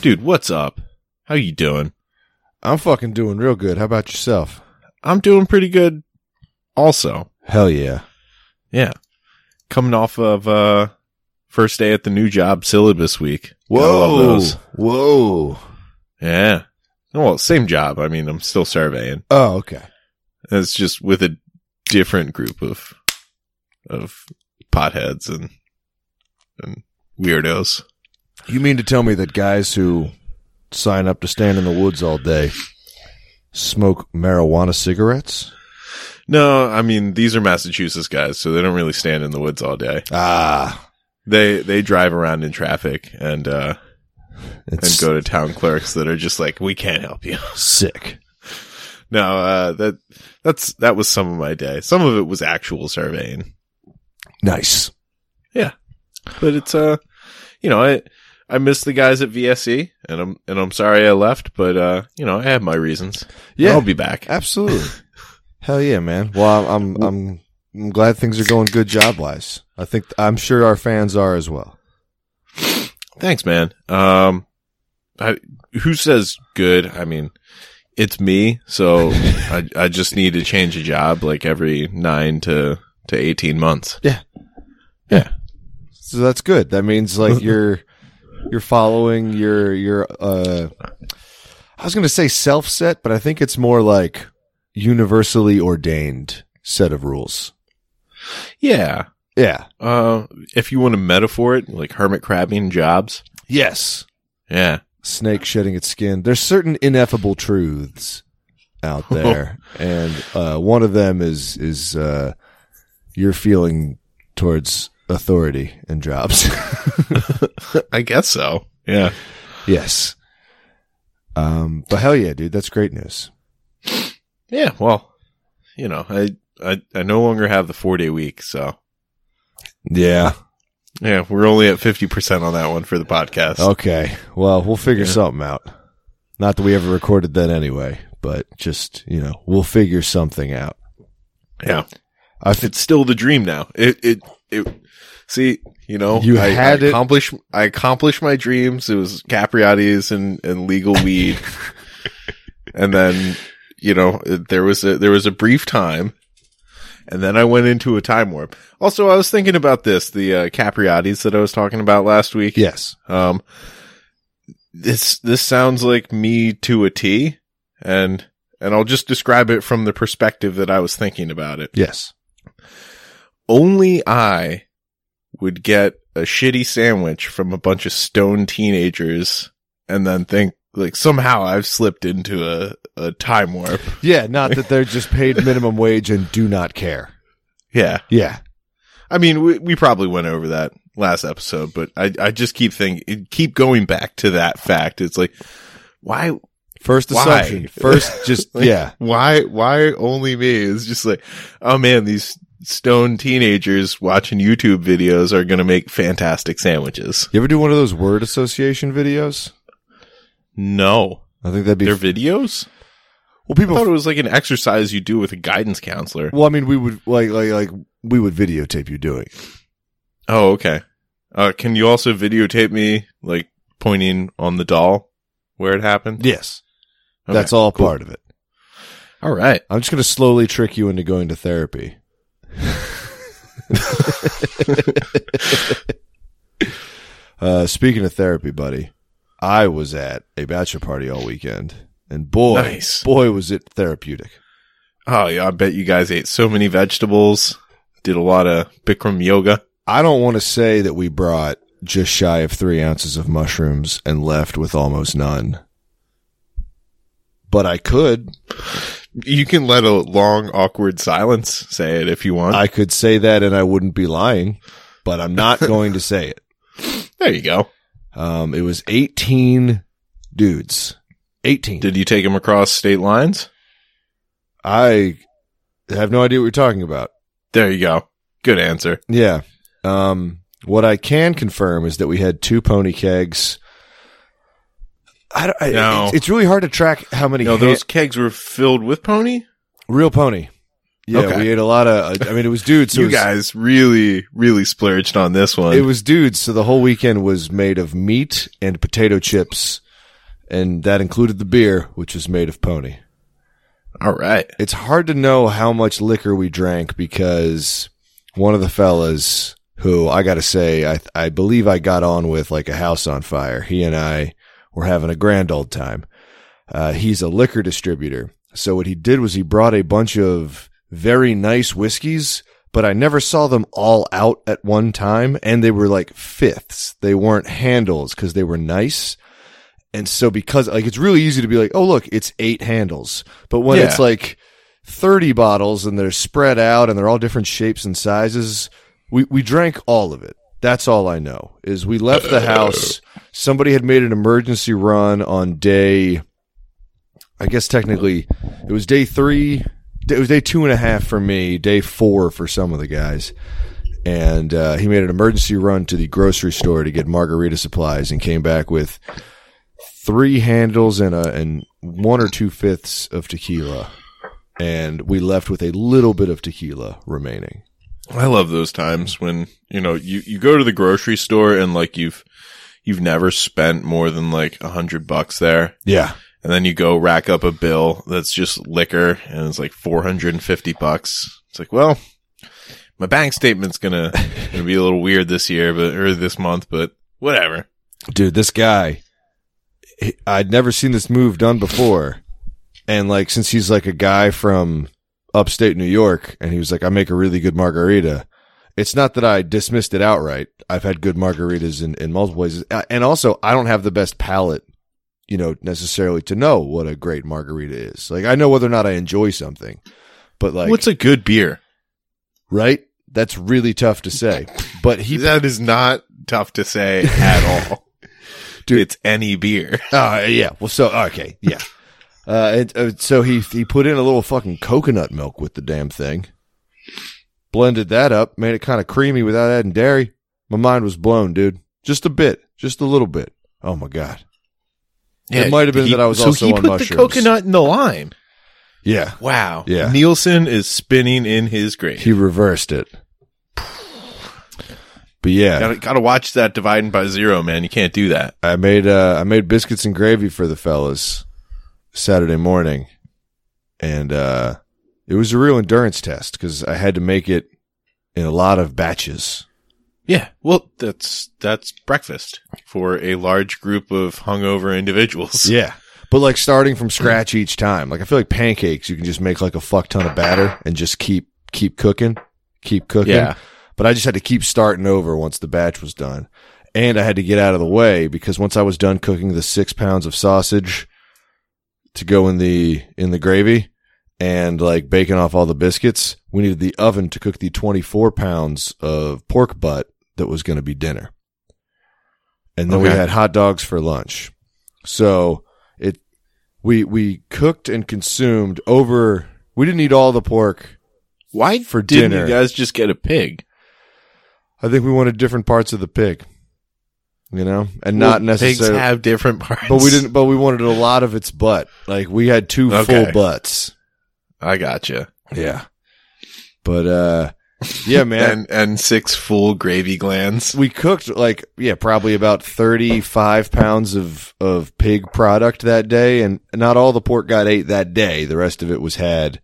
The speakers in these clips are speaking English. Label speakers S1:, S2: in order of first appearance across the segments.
S1: Dude, what's up? How you doing?
S2: I'm fucking doing real good. How about yourself?
S1: I'm doing pretty good also.
S2: Hell yeah.
S1: Yeah. Coming off of uh first day at the new job syllabus week. Gotta love those.
S2: Whoa.
S1: Yeah. Well, same job. I mean, I'm still surveying.
S2: Oh, okay.
S1: It's just with a different group of of potheads and and weirdos.
S2: You mean to tell me that guys who sign up to stand in the woods all day smoke marijuana cigarettes?
S1: No, I mean these are Massachusetts guys, so they don't really stand in the woods all day.
S2: Ah.
S1: They they drive around in traffic and uh and
S2: It's
S1: go to town clerks that are just like, "We can't help you."
S2: sick.
S1: No, uh that that's that was some of my day. Some of it was actual surveying.
S2: Nice.
S1: but it's uh you know i i miss the guys at vse and i'm and i'm sorry i left but uh you know i have my reasons yeah
S2: Yeah.
S1: i'll be back
S2: Absolutely. Hell yeah, man. Well, I'm I'm I'm, I'm glad things are going good job wise. I think I'm sure our fans are as well.
S1: thanks man um I, who says good i mean it's me so i i just need to change a job like every 9 to to 18 months
S2: So that's good. That means like you're you're following your your uh I was going to say self set, but I think it's more like universally ordained set of rules.
S1: yeah
S2: Yeah.
S1: uh if you want to metaphor it like hermit crabbing jobs
S2: Yes.
S1: yeah
S2: Snake shedding its skin. There's certain ineffable truths out there, and uh, one of them is is uh, your feeling towards authority and jobs.
S1: i guess so yeah
S2: yes. Um, but hell yeah, dude, that's great news.
S1: Yeah, well, you know, I I, I no longer have the four day week, so
S2: Yeah.
S1: yeah, we're only at fifty percent on that one for the podcast.
S2: Okay. Well, we'll figure something out. Not that we ever recorded that anyway, but just, you know, we'll figure something out.
S1: Yeah,
S2: I f-
S1: it's still the dream now. It it it. See, you know,
S2: You
S1: I,
S2: had
S1: I
S2: it.
S1: accomplish I accomplished my dreams. It was Capriati's and and legal weed, and then you know it- there was a there was a brief time. And then I went into a time warp. Also, I was thinking about this, the uh, Capriati's that I was talking about last week.
S2: yes.
S1: Um, this this sounds like me to a T, and and I'll just describe it from the perspective that I was thinking about it.
S2: Yes.
S1: Only I would get a shitty sandwich from a bunch of stoned teenagers, and then think like somehow I've slipped into a a time warp.
S2: Yeah. Not that they're just paid minimum wage and do not care.
S1: Yeah,
S2: Yeah.
S1: I mean we we probably went over that last episode, but I I just keep thinking keep going back to that fact. It's like why
S2: First
S1: Why?
S2: assumption. First, just,
S1: Like,
S2: yeah.
S1: Why? Why only me? It's just like, oh man, these stone teenagers watching YouTube videos are gonna make fantastic sandwiches.
S2: You ever do one of those word association videos?
S1: No,
S2: I think that'd be.
S1: they're videos.
S2: well,
S1: I
S2: people.
S1: thought it was like an exercise you do with a guidance counselor.
S2: well, I mean, we would, like, like, like, we would videotape you doing. it.
S1: Oh, okay. Uh, can you also videotape me like pointing on the doll where it happened?
S2: Yes.
S1: Okay.
S2: That's all part of it.
S1: All right.
S2: I'm just going to slowly trick you into going to therapy. uh, speaking of therapy, buddy, I was at a bachelor party all weekend, and boy,
S1: Nice.
S2: boy, was it therapeutic.
S1: Oh yeah, I bet you guys ate so many vegetables. Did a lot of Bikram yoga.
S2: I don't want to say that we brought just shy of three ounces of mushrooms and left with almost none, but I could.
S1: You can let a long, awkward silence say it if you want.
S2: I could say that, and I wouldn't be lying. But I'm not going to say it.
S1: there you go.
S2: Um, it was 18 dudes. 18.
S1: Did you take him across state lines?
S2: I have no idea what you're talking about.
S1: There you go. Good answer.
S2: Yeah. Um, what I can confirm is that we had two pony kegs. I, don't- I-
S1: No.
S2: it's, it's really hard to track how many
S1: No,
S2: ha-
S1: those kegs were filled with pony.
S2: real pony. Yeah,
S1: Okay.
S2: we ate a lot of. I mean, it was dudes. So
S1: you
S2: it was,
S1: guys really, really splurged on this one.
S2: It was dudes. So the whole weekend was made of meat and potato chips and that included the beer, which was made of pony.
S1: All right.
S2: It's hard to know how much liquor we drank because one of the fellas who I got to say, I, I believe I got on with like a house on fire. He and I were having a grand old time. Uh, he's a liquor distributor. So what he did was he brought a bunch of very nice whiskeys, but I never saw them all out at one time. And they were like fifths. They weren't handles because they were nice. And so because like it's really easy to be like, oh look, it's eight handles. But when
S1: Yeah.
S2: it's like 30 bottles and they're spread out and they're all different shapes and sizes, we we drank all of it. That's all I know. Is we left the house, somebody had made an emergency run on day I guess technically it was day 3, it was day two and a half for me, day 4 for some of the guys. And uh, he made an emergency run to the grocery store to get margarita supplies and came back with three handles and a and one or two fifths of tequila, and we left with a little bit of tequila remaining.
S1: I love those times when, you know, you, you go to the grocery store and like you've, you've never spent more than like a hundred bucks there.
S2: Yeah,
S1: And then you go rack up a bill that's just liquor and it's like 450 bucks. It's like, well, my bank statement's gonna, gonna be a little weird this year, but, or this month, but whatever.
S2: dude, this guy, he- I'd never seen this move done before, and like since he's like a guy from upstate New York, and he was like, I make a really good margarita. It's not that I dismissed it outright. I've had good margaritas in, in multiple places, Uh, and also I don't have the best palate. You know, necessarily to know what a great margarita is. Like I know whether or not I enjoy something, but like
S1: What's a good beer?
S2: right? That's really tough to say. But he,
S1: That is not tough to say at all.
S2: Dude.
S1: It's any beer.
S2: uh, yeah. Well, so okay, yeah. Uh, and, uh, so he he put in a little fucking coconut milk with the damn thing, blended that up, made it kind of creamy without adding dairy. My mind was blown, dude. Just a bit, just a little bit. Oh my god. It might have been that I was
S1: so
S2: also
S1: he
S2: on
S1: put the
S2: mushrooms.
S1: coconut in the lime.
S2: Yeah,
S1: Wow.
S2: Yeah.
S1: Nielsen is spinning in his grave.
S2: he reversed it. But yeah,
S1: Gotta, gotta watch that dividing by zero, man. You can't do that.
S2: I made uh, I made biscuits and gravy for the fellas Saturday morning, and uh, it was a real endurance test because I had to make it in a lot of batches.
S1: Yeah. Well, that's, that's breakfast for a large group of hungover individuals.
S2: Yeah, but like starting from scratch each time. Like I feel like pancakes, you can just make like a fuck ton of batter and just keep keep cooking, keep cooking.
S1: Yeah.
S2: But I just had to keep starting over once the batch was done, and I had to get out of the way because once I was done cooking the six pounds of sausage to go in the in the gravy and like baking off all the biscuits, we needed the oven to cook the twenty four pounds of pork butt that was going to be dinner. And then we
S1: Okay.
S2: had hot dogs for lunch. So it we we cooked and consumed over we didn't eat all the pork.
S1: Why
S2: For
S1: didn't
S2: dinner.
S1: you guys just get a pig?
S2: I think we wanted different parts of the pig. You know? And not
S1: Well,
S2: necessarily
S1: Pigs have different parts.
S2: but we didn't but we wanted a lot of its butt. Like we had two
S1: Okay.
S2: full butts.
S1: I gotcha.
S2: Yeah. But uh yeah, man.
S1: And, and six full gravy glands.
S2: we cooked like yeah probably about 35 pounds of of pig product that day and not all the pork got ate that day the rest of it was had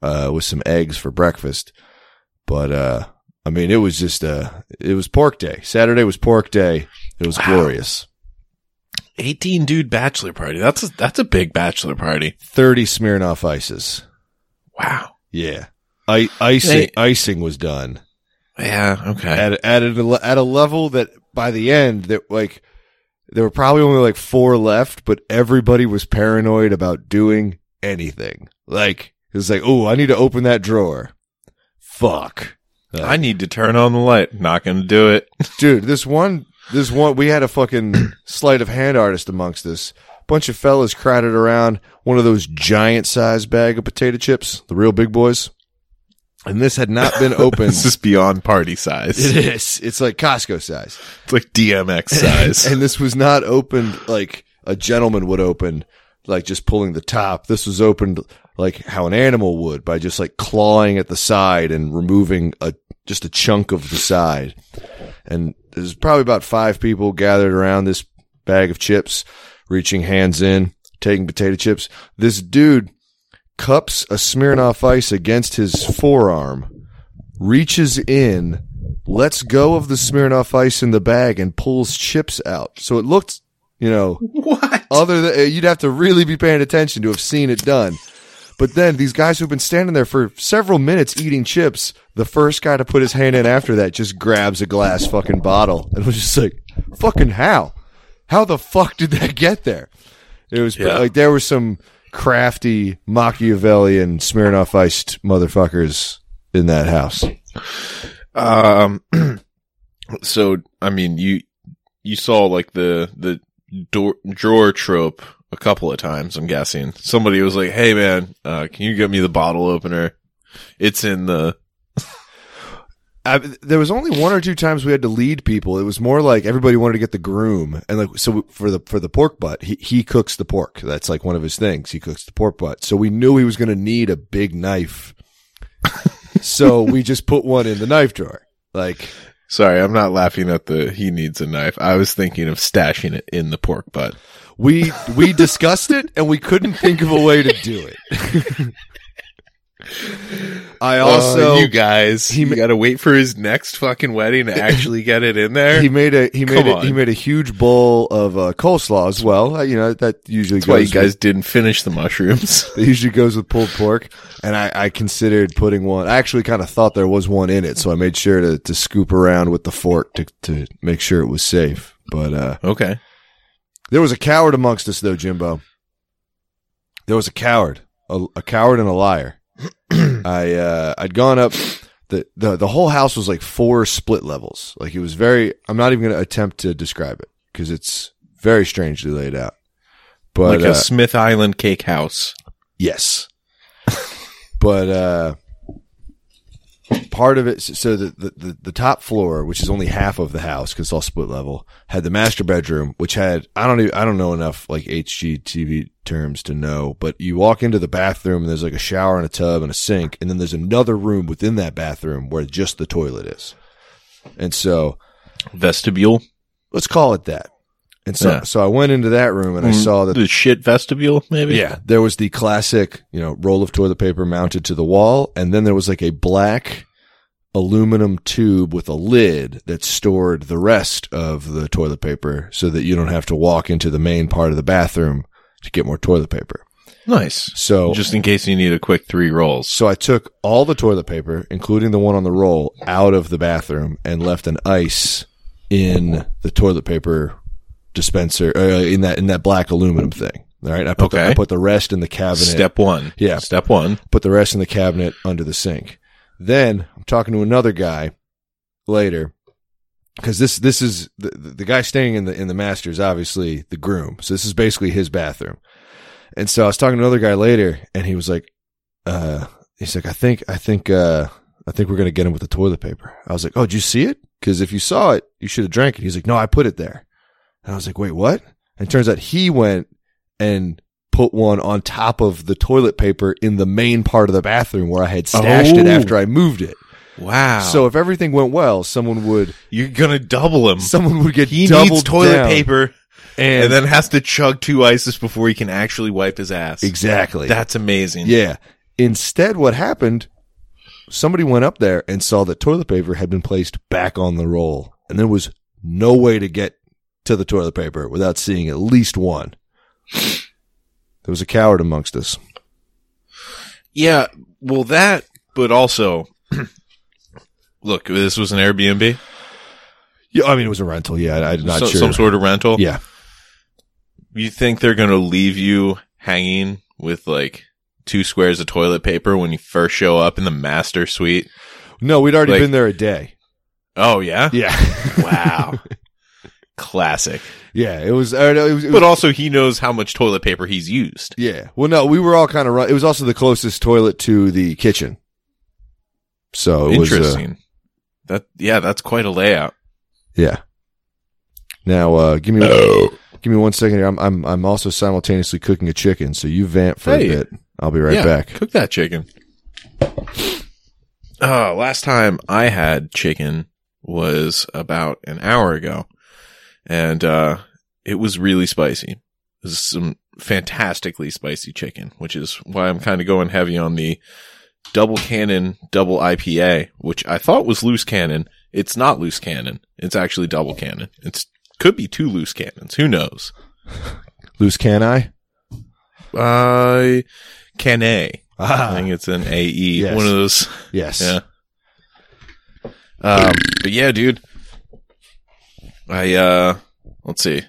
S2: uh with some eggs for breakfast but uh i mean it was just uh it was pork day saturday was pork day it was
S1: Wow.
S2: glorious
S1: 18 dude bachelor party. That's a, that's a big bachelor party.
S2: 30 smirnoff ices
S1: Wow.
S2: yeah I, icing
S1: They-
S2: icing was done
S1: Yeah. Okay.
S2: at at a, at a level that by the end that like there were probably only like four left, but everybody was paranoid about doing anything. Like it was like, oh, I need to open that drawer. Fuck,
S1: I need to turn on the light. Not going to do it.
S2: dude. This one, this one, we had a fucking sleight of hand artist amongst us. Bunch of fellas crowded around one of those giant size bag of potato chips, the real big boys. And this had not been opened.
S1: This is beyond party size.
S2: it is. It's like Costco size.
S1: It's like DMX size.
S2: and this was not opened like a gentleman would open, like just pulling the top. This was opened like how an animal would by just like clawing at the side and removing a just a chunk of the side. And there's probably about five people gathered around this bag of chips, reaching hands in, taking potato chips. This dude cups a Smirnoff ice against his forearm, reaches in, lets go of the Smirnoff ice in the bag, and pulls chips out. So it looked, you know,
S1: What?
S2: other than uh, you'd have to really be paying attention to have seen it done. But then these guys who've been standing there for several minutes eating chips, the first guy to put his hand in after that just grabs a glass fucking bottle and was just like, "Fucking how? How the fuck did that get there?" It was
S1: Yeah.
S2: like there were some crafty Machiavellian Smirnoff iced motherfuckers in that house.
S1: Um. so I mean, you you saw like the the door, drawer trope a couple of times. I'm guessing somebody was like, "Hey man, uh, can you get me the bottle opener? It's in the
S2: I, there was only one or two times we had to lead people. It was more like everybody wanted to get the groom, and like so for the for the pork butt, he he cooks the pork. That's like one of his things. He cooks the pork butt, so we knew he was going to need a big knife. so we just put one in the knife drawer. Like
S1: Sorry, I'm not laughing at the he needs a knife. I was thinking of stashing it in the pork butt.
S2: we we discussed it, and we couldn't think of a way to do it. I also
S1: Oh, you guys,
S2: he
S1: he
S2: ma-
S1: got to wait for his next fucking wedding to actually get it in there.
S2: he made a he made
S1: Come
S2: a, he
S1: on.
S2: made a huge bowl of uh, coleslaw as well. Uh, you know that usually
S1: That's why you
S2: goes with-
S1: guys didn't finish the mushrooms.
S2: It usually goes with pulled pork, and I, I considered putting one. I actually kind of thought there was one in it, so I made sure to, to scoop around with the fork to, to make sure it was safe. But uh,
S1: okay,
S2: there was a coward amongst us, though, Jimbo. There was a coward, a, a coward and a liar. I uh, I'd gone up. The, the the whole house was like four split levels. Like it was very. I'm not even going to attempt to describe it because it's very strangely laid out. But
S1: like a
S2: uh,
S1: Smith Island cake house.
S2: Yes. but uh part of it so the, the- the the top floor which is only half of the house cuz it's all split level had the master bedroom which had I don't even, I don't know enough like HGTV terms to know but you walk into the bathroom and there's like a shower and a tub and a sink and then there's another room within that bathroom where just the toilet is. And so
S1: Vestibule.
S2: let's call it that. And so
S1: Yeah. Mm-hmm.
S2: so I went into that room and I saw that
S1: the shit vestibule, maybe?
S2: yeah, there was the classic, you know, roll of toilet paper mounted to the wall, and then there was like a black aluminum tube with a lid that stored the rest of the toilet paper so that you don't have to walk into the main part of the bathroom to get more toilet paper.
S1: Nice.
S2: So
S1: Just in case you need a quick three rolls.
S2: so I took all the toilet paper, including the one on the roll, out of the bathroom and left an ice in the toilet paper dispenser uh, in that in that black aluminum thing. All right, I put the,
S1: Okay.
S2: I put the rest in the cabinet.
S1: Step one.
S2: Yeah.
S1: Step one.
S2: put the rest in the cabinet under the sink. Then I'm talking to another guy later because this this is the, the guy staying in the in the master's obviously the groom, so this is basically his bathroom. And so I was talking to another guy later, and he was like, uh, "He's like, I think I think uh, I think we're gonna get him with the toilet paper." I was like, "Oh, did you see it? Because if you saw it, you should have drank it." He's like, "No, I put it there." And I was like, "Wait, what?" And it turns out he went and put one on top of the toilet paper in the main part of the bathroom where I had stashed it
S1: Oh.
S2: after I moved it.
S1: Wow.
S2: So if everything went well, someone would
S1: you're going to double him.
S2: someone would get
S1: Mm. he
S2: doubled
S1: needs toilet
S2: down.
S1: paper
S2: and,
S1: and then has to chug two ices before he can actually wipe his ass.
S2: exactly
S1: That's amazing.
S2: yeah. Instead, what happened? Somebody went up there and saw that toilet paper had been placed back on the roll, and there was no way to get to the toilet paper without seeing at least one. There was a coward amongst us.
S1: Yeah, well, that, but also, look, this was an Airbnb,
S2: Yeah, I mean it was a rental. Yeah, I, I'm not
S1: so-
S2: sure.
S1: some sort of rental.
S2: Yeah,
S1: you think they're gonna leave you hanging with like two squares of toilet paper when you first show up in the master suite?
S2: no, we'd already
S1: Like-
S2: been there a day.
S1: Oh yeah,
S2: Yeah,
S1: wow, classic.
S2: yeah. It was. It was, it was
S1: But also, he knows how much toilet paper he's used.
S2: Yeah. Well, no, we were all kind of. Run- it was also the closest toilet to the kitchen, so it was. Uh,
S1: Interesting. that yeah, that's quite a layout.
S2: yeah. Now, uh, give me
S1: Oh,
S2: give me one second here. I'm I'm I'm also simultaneously cooking a chicken, so you vamp for
S1: Hey.
S2: a bit. I'll be right
S1: yeah,
S2: back.
S1: Cook that chicken. Oh, last time I had chicken was about an hour ago, and uh, it was really spicy. This is some fantastically spicy chicken, which is why I'm kind of going heavy on the double cannon, double IPA, which I thought was loose cannon. It's not loose cannon. It's actually double cannon. It's could be two loose cannons. Who knows?
S2: Loose can I?
S1: Uh, can A. I
S2: Ah,
S1: think it's an AE.
S2: Yes.
S1: One of those.
S2: yes.
S1: Yeah. Um, but yeah, dude. I uh let's see.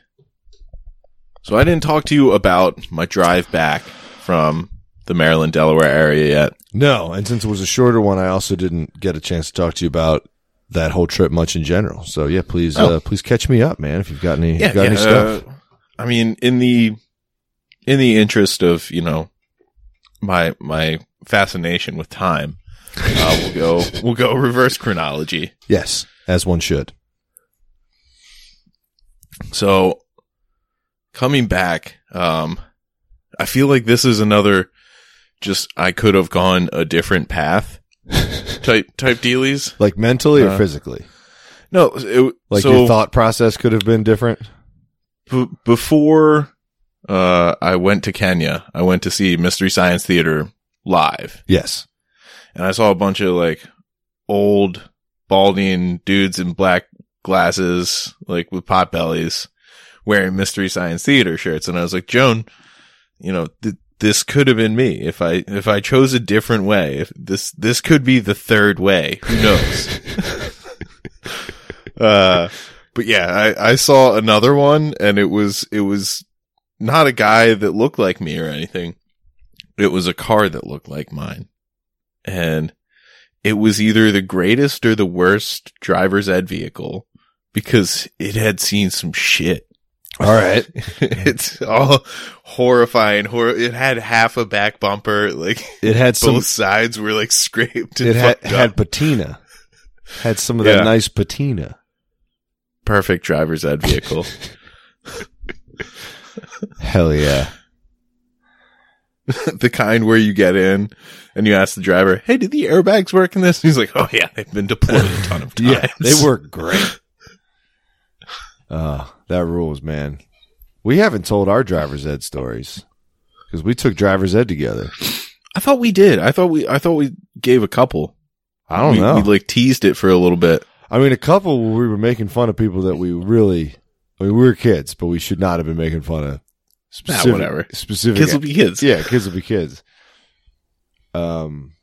S1: So I didn't talk to you about my drive back from the Maryland Delaware area yet.
S2: No, and since it was a shorter one, I also didn't get a chance to talk to you about that whole trip much in general. So yeah, please,
S1: Oh.
S2: uh, please catch me up, man. If you've got any,
S1: Yeah,
S2: got any
S1: yeah,
S2: stuff.
S1: uh, I mean, in the in the interest of you know my my fascination with time, uh, we'll go we'll go reverse chronology.
S2: Yes, as one should.
S1: So coming back, um, I feel like this is another just I could have gone a different path type type dealies.
S2: Like mentally or
S1: Uh,
S2: physically,
S1: No, it,
S2: like
S1: so
S2: your thought process could have been different.
S1: b- before uh, I went to Kenya, I went to see Mystery Science Theater live,
S2: Yes.
S1: and I saw a bunch of like old balding dudes in black glasses, like with pot bellies, wearing Mystery Science Theater shirts, and I was like, Joan, you know, th- this could have been me if I if I chose a different way. If this this could be the third way, who knows? uh, but yeah, I I saw another one, and it was it was not a guy that looked like me or anything. It was a car that looked like mine, and it was either the greatest or the worst driver's ed vehicle because it had seen some shit
S2: All right.
S1: it's all horrifying. Hor- it had half a back bumper. Like
S2: It had some.
S1: both sides were like scraped. And
S2: It had
S1: fucked
S2: had
S1: up.
S2: patina. Had some of
S1: Yeah.
S2: that nice patina.
S1: perfect driver's ed vehicle.
S2: Hell yeah.
S1: the kind where you get in and you ask the driver, "Hey, did the airbags work in this?" he's like, "Oh yeah, they've been deployed a ton of times.
S2: Yeah, Uh, they work great. Uh, that rules, man. We haven't told our driver's ed stories because we took driver's ed together.
S1: I thought we did. I thought we. I thought we gave a couple.
S2: I don't
S1: we,
S2: know.
S1: We like teased it for a little bit.
S2: I mean, a couple where we were making fun of people that we really, I mean, we were kids, but we should not have been making fun of specific,
S1: whatever.
S2: specific
S1: Kids will be kids.
S2: Yeah, kids will be kids. Um,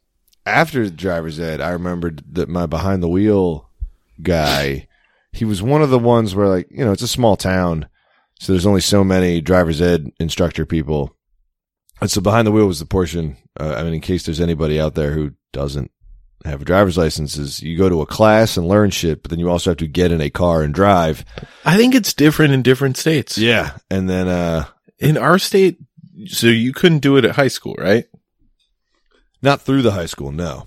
S2: after driver's ed, I remembered that my behind the wheel guy, he was one of the ones where like you know it's a small town, so there's only so many driver's ed instructor people, and so behind the wheel was the portion. Uh, I mean, in case there's anybody out there who doesn't have a driver's license, is you go to a class and learn shit, but then you also have to get in a car and drive.
S1: I think it's different in different states.
S2: Yeah, and then uh,
S1: In our state, so you couldn't do it at high school, right?
S2: not through the high school, no.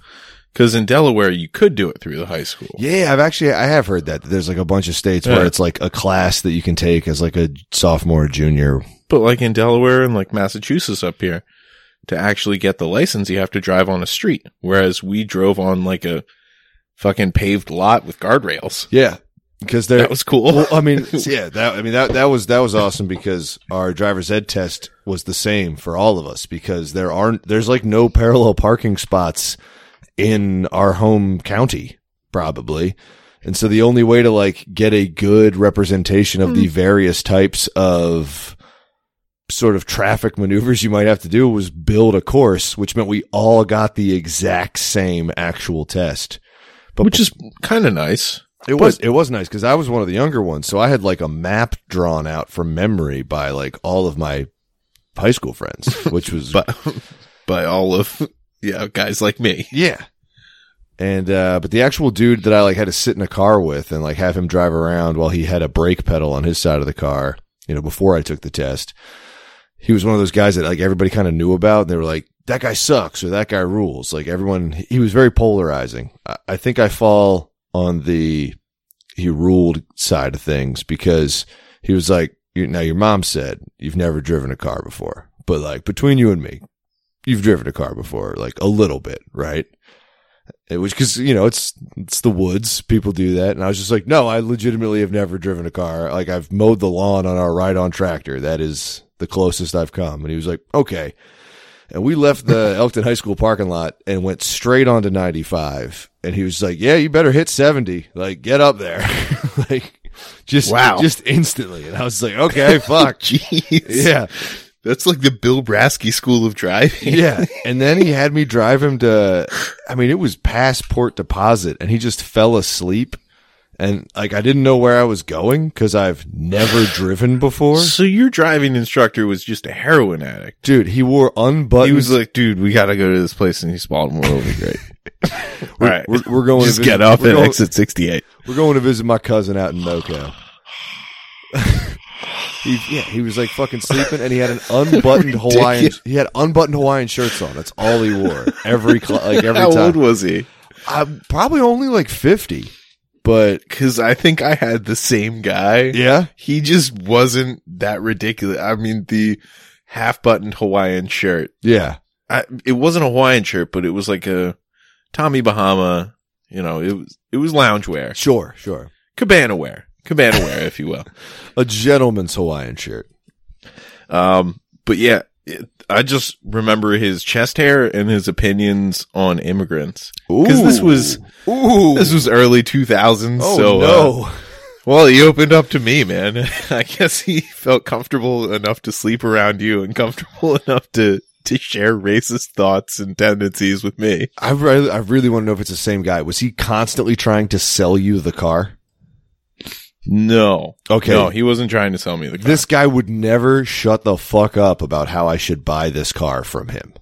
S1: Because in Delaware, you could do it through the high school.
S2: Yeah, I've actually I have heard that, that there's like a bunch of states
S1: Yeah.
S2: where it's like a class that you can take as like a sophomore, junior.
S1: But like in Delaware and like Massachusetts up here, to actually get the license, you have to drive on a street. Whereas we drove on like a fucking paved lot with guardrails.
S2: Yeah, because they're.
S1: That was cool.
S2: well, I mean, yeah, that I mean that that was that was awesome because our driver's ed test was the same for all of us because there aren't there's like no parallel parking spots in our home county probably. And so the only way to like get a good representation of the various types of sort of traffic maneuvers you might have to do was build a course, which meant we all got the exact same actual test. But
S1: Which is kind of nice.
S2: it was it was nice because I was one of the younger ones, so I had like a map drawn out from memory by like all of my high school friends, which was
S1: But by all of, yeah, guys like me.
S2: yeah. And uh, but the actual dude that I like had to sit in a car with and like have him drive around while he had a brake pedal on his side of the car, you know, before I took the test. He was one of those guys that like everybody kind of knew about, and they were like, "That guy sucks" or "That guy rules." Like everyone, he was very polarizing. I, I think I fall on the he ruled side of things because he was like, you- "Now your mom said you've never driven a car before, but like between you and me, you've driven a car before, like a little bit, right?" It was because you know it's it's the woods. People do that, and I was just like, no, I legitimately have never driven a car. Like I've mowed the lawn on our ride-on tractor. That is the closest I've come. And he was like, okay. And we left the Elkton High School parking lot and went straight onto 95. And he was like, yeah, you better hit 70. Like, get up there. like, just,
S1: Wow.
S2: just instantly. And I was like, okay, fuck.
S1: Jeez.
S2: yeah.
S1: That's like the Bill Brasky school of driving.
S2: Yeah. And then he had me drive him to, I mean, it was passport deposit and he just fell asleep. And like, I didn't know where I was going because I've never driven before.
S1: So your driving instructor was just a heroin addict.
S2: Dude, he wore unbuttoned.
S1: He was like, dude, we got to go to this place in East Baltimore. It'll be great. All right.
S2: we're, we're going
S1: Just
S2: to visit-
S1: get off
S2: we're
S1: at
S2: going,
S1: exit 68.
S2: We're going to visit my cousin out in NoCo. he, yeah, he was like fucking sleeping, and he had an unbuttoned Hawaiian.
S1: Ridiculous.
S2: He had unbuttoned Hawaiian shirts on. That's all he wore every cl- like every
S1: How old
S2: time.
S1: was he?
S2: I'm probably only like fifty, but
S1: Because I think I had the same guy.
S2: yeah,
S1: He just wasn't that ridiculous. I mean, the half buttoned Hawaiian shirt.
S2: yeah,
S1: I, it wasn't a Hawaiian shirt, but it was like a Tommy Bahama. You know, it was it was loungewear,
S2: sure, sure.
S1: cabana wear, cabana wear, if you will.
S2: A gentleman's Hawaiian shirt.
S1: Um, but yeah, it, I just remember his chest hair and his opinions on immigrants. 'Cause this was-
S2: ooh,
S1: This was early 2000s.
S2: oh
S1: so, uh,
S2: no,
S1: well, he opened up to me, man. I guess he felt comfortable enough to sleep around you and comfortable enough to, to share racist thoughts and tendencies with me.
S2: I really, I really want to know if it's the same guy. Was he constantly trying to sell you the car?
S1: No.
S2: Okay.
S1: No, he wasn't trying to sell me the car.
S2: This guy would never shut the fuck up about how I should buy this car from him.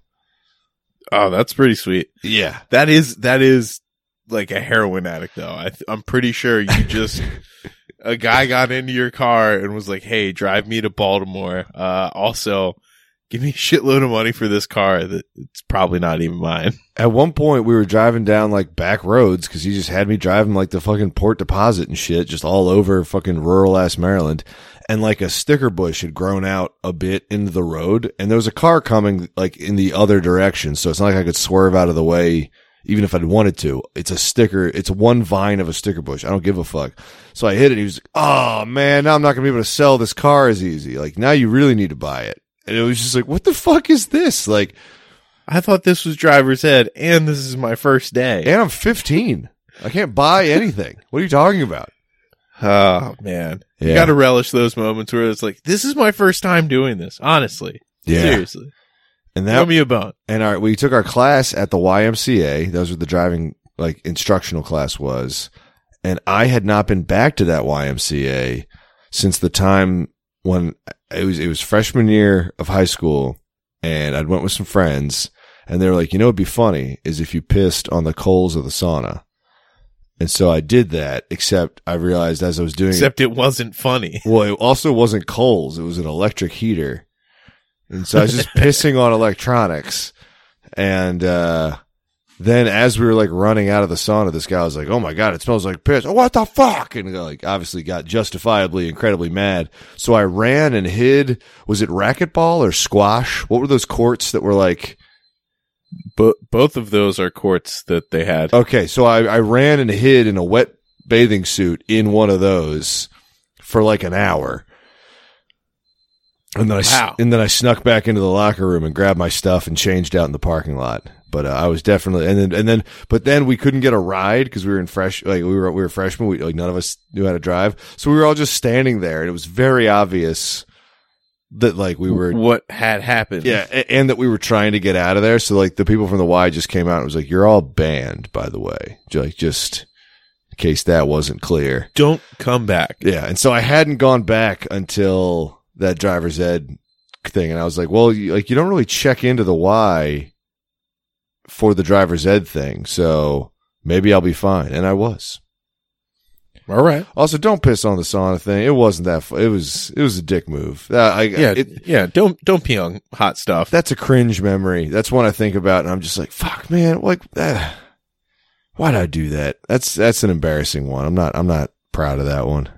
S1: oh, that's pretty sweet.
S2: Yeah.
S1: That is that is like a heroin addict though. I th- I'm pretty sure you just a guy got into your car and was like, "Hey, drive me to Baltimore. Uh, also, give me a shitload of money for this car that it's probably not even mine."
S2: At one point, we were driving down like back roads because he just had me driving like the fucking port deposit and shit, just all over fucking rural ass Maryland. And like a sticker bush had grown out a bit into the road, and there was a car coming like in the other direction. So it's not like I could swerve out of the way, even if I'd wanted to. It's a sticker, it's one vine of a sticker bush. I don't give a fuck. So I hit it. And he was like, "Oh man, now I'm not gonna be able to sell this car as easy. Like now you really need to buy it." And it was just like, "What the fuck is this?" Like,
S1: I thought this was driver's head, and this is my first day.
S2: and I'm 15. I can't buy anything. What are you talking about?
S1: Oh man,
S2: Yeah,
S1: you got to relish those moments where it's like, "This is my first time doing this." Honestly, seriously,
S2: And
S1: throw
S2: that
S1: me a bone.
S2: and our we took our class at the YMCA. Those were the driving like instructional class was, and I had not been back to that YMCA since the time when it was it was freshman year of high school, and I would went with some friends, and they were like, you know, it'd be funny is if you pissed on the coals of the sauna, and so I did that. Except I realized as I was doing it,
S1: Except it wasn't funny.
S2: Well, it also wasn't coals. It was an electric heater. And so I was just pissing on electronics. And uh, then as we were like running out of the sauna, this guy was like, oh my God, it smells like piss. What the fuck? And like obviously got justifiably incredibly mad. So I ran and hid. Was it racquetball or squash? What were those courts that were like.
S1: But both of those are courts that they had.
S2: Okay, so I, I ran and hid in a wet bathing suit in one of those for like an hour. And then I s-
S1: Wow.
S2: and then I snuck back into the locker room and grabbed my stuff and changed out in the parking lot. But uh, I was definitely and then and then but then we couldn't get a ride because we were in fresh like we were we were freshmen we like none of us knew how to drive so we were all just standing there and it was very obvious that like we were
S1: what had happened.
S2: yeah, a- and that we were trying to get out of there. So like the people from the Y just came out and was like, "You're all banned, by the way." J- Like just in case that wasn't clear.
S1: Don't come back.
S2: Yeah, and so I hadn't gone back until that driver's ed thing, and I was like, "Well, you, like you don't really check into the Y for the driver's ed thing, so maybe I'll be fine." And I was.
S1: All right.
S2: Also, don't piss on the sauna thing. It wasn't that. Fu- it was. It was a dick move. Uh, I,
S1: Yeah.
S2: it-
S1: yeah. Don't don't pee on hot stuff.
S2: that's a cringe memory. That's one I think about, and I'm just like, fuck, man, like, ah, why'd I do that? That's that's an embarrassing one. I'm not I'm not proud of that one.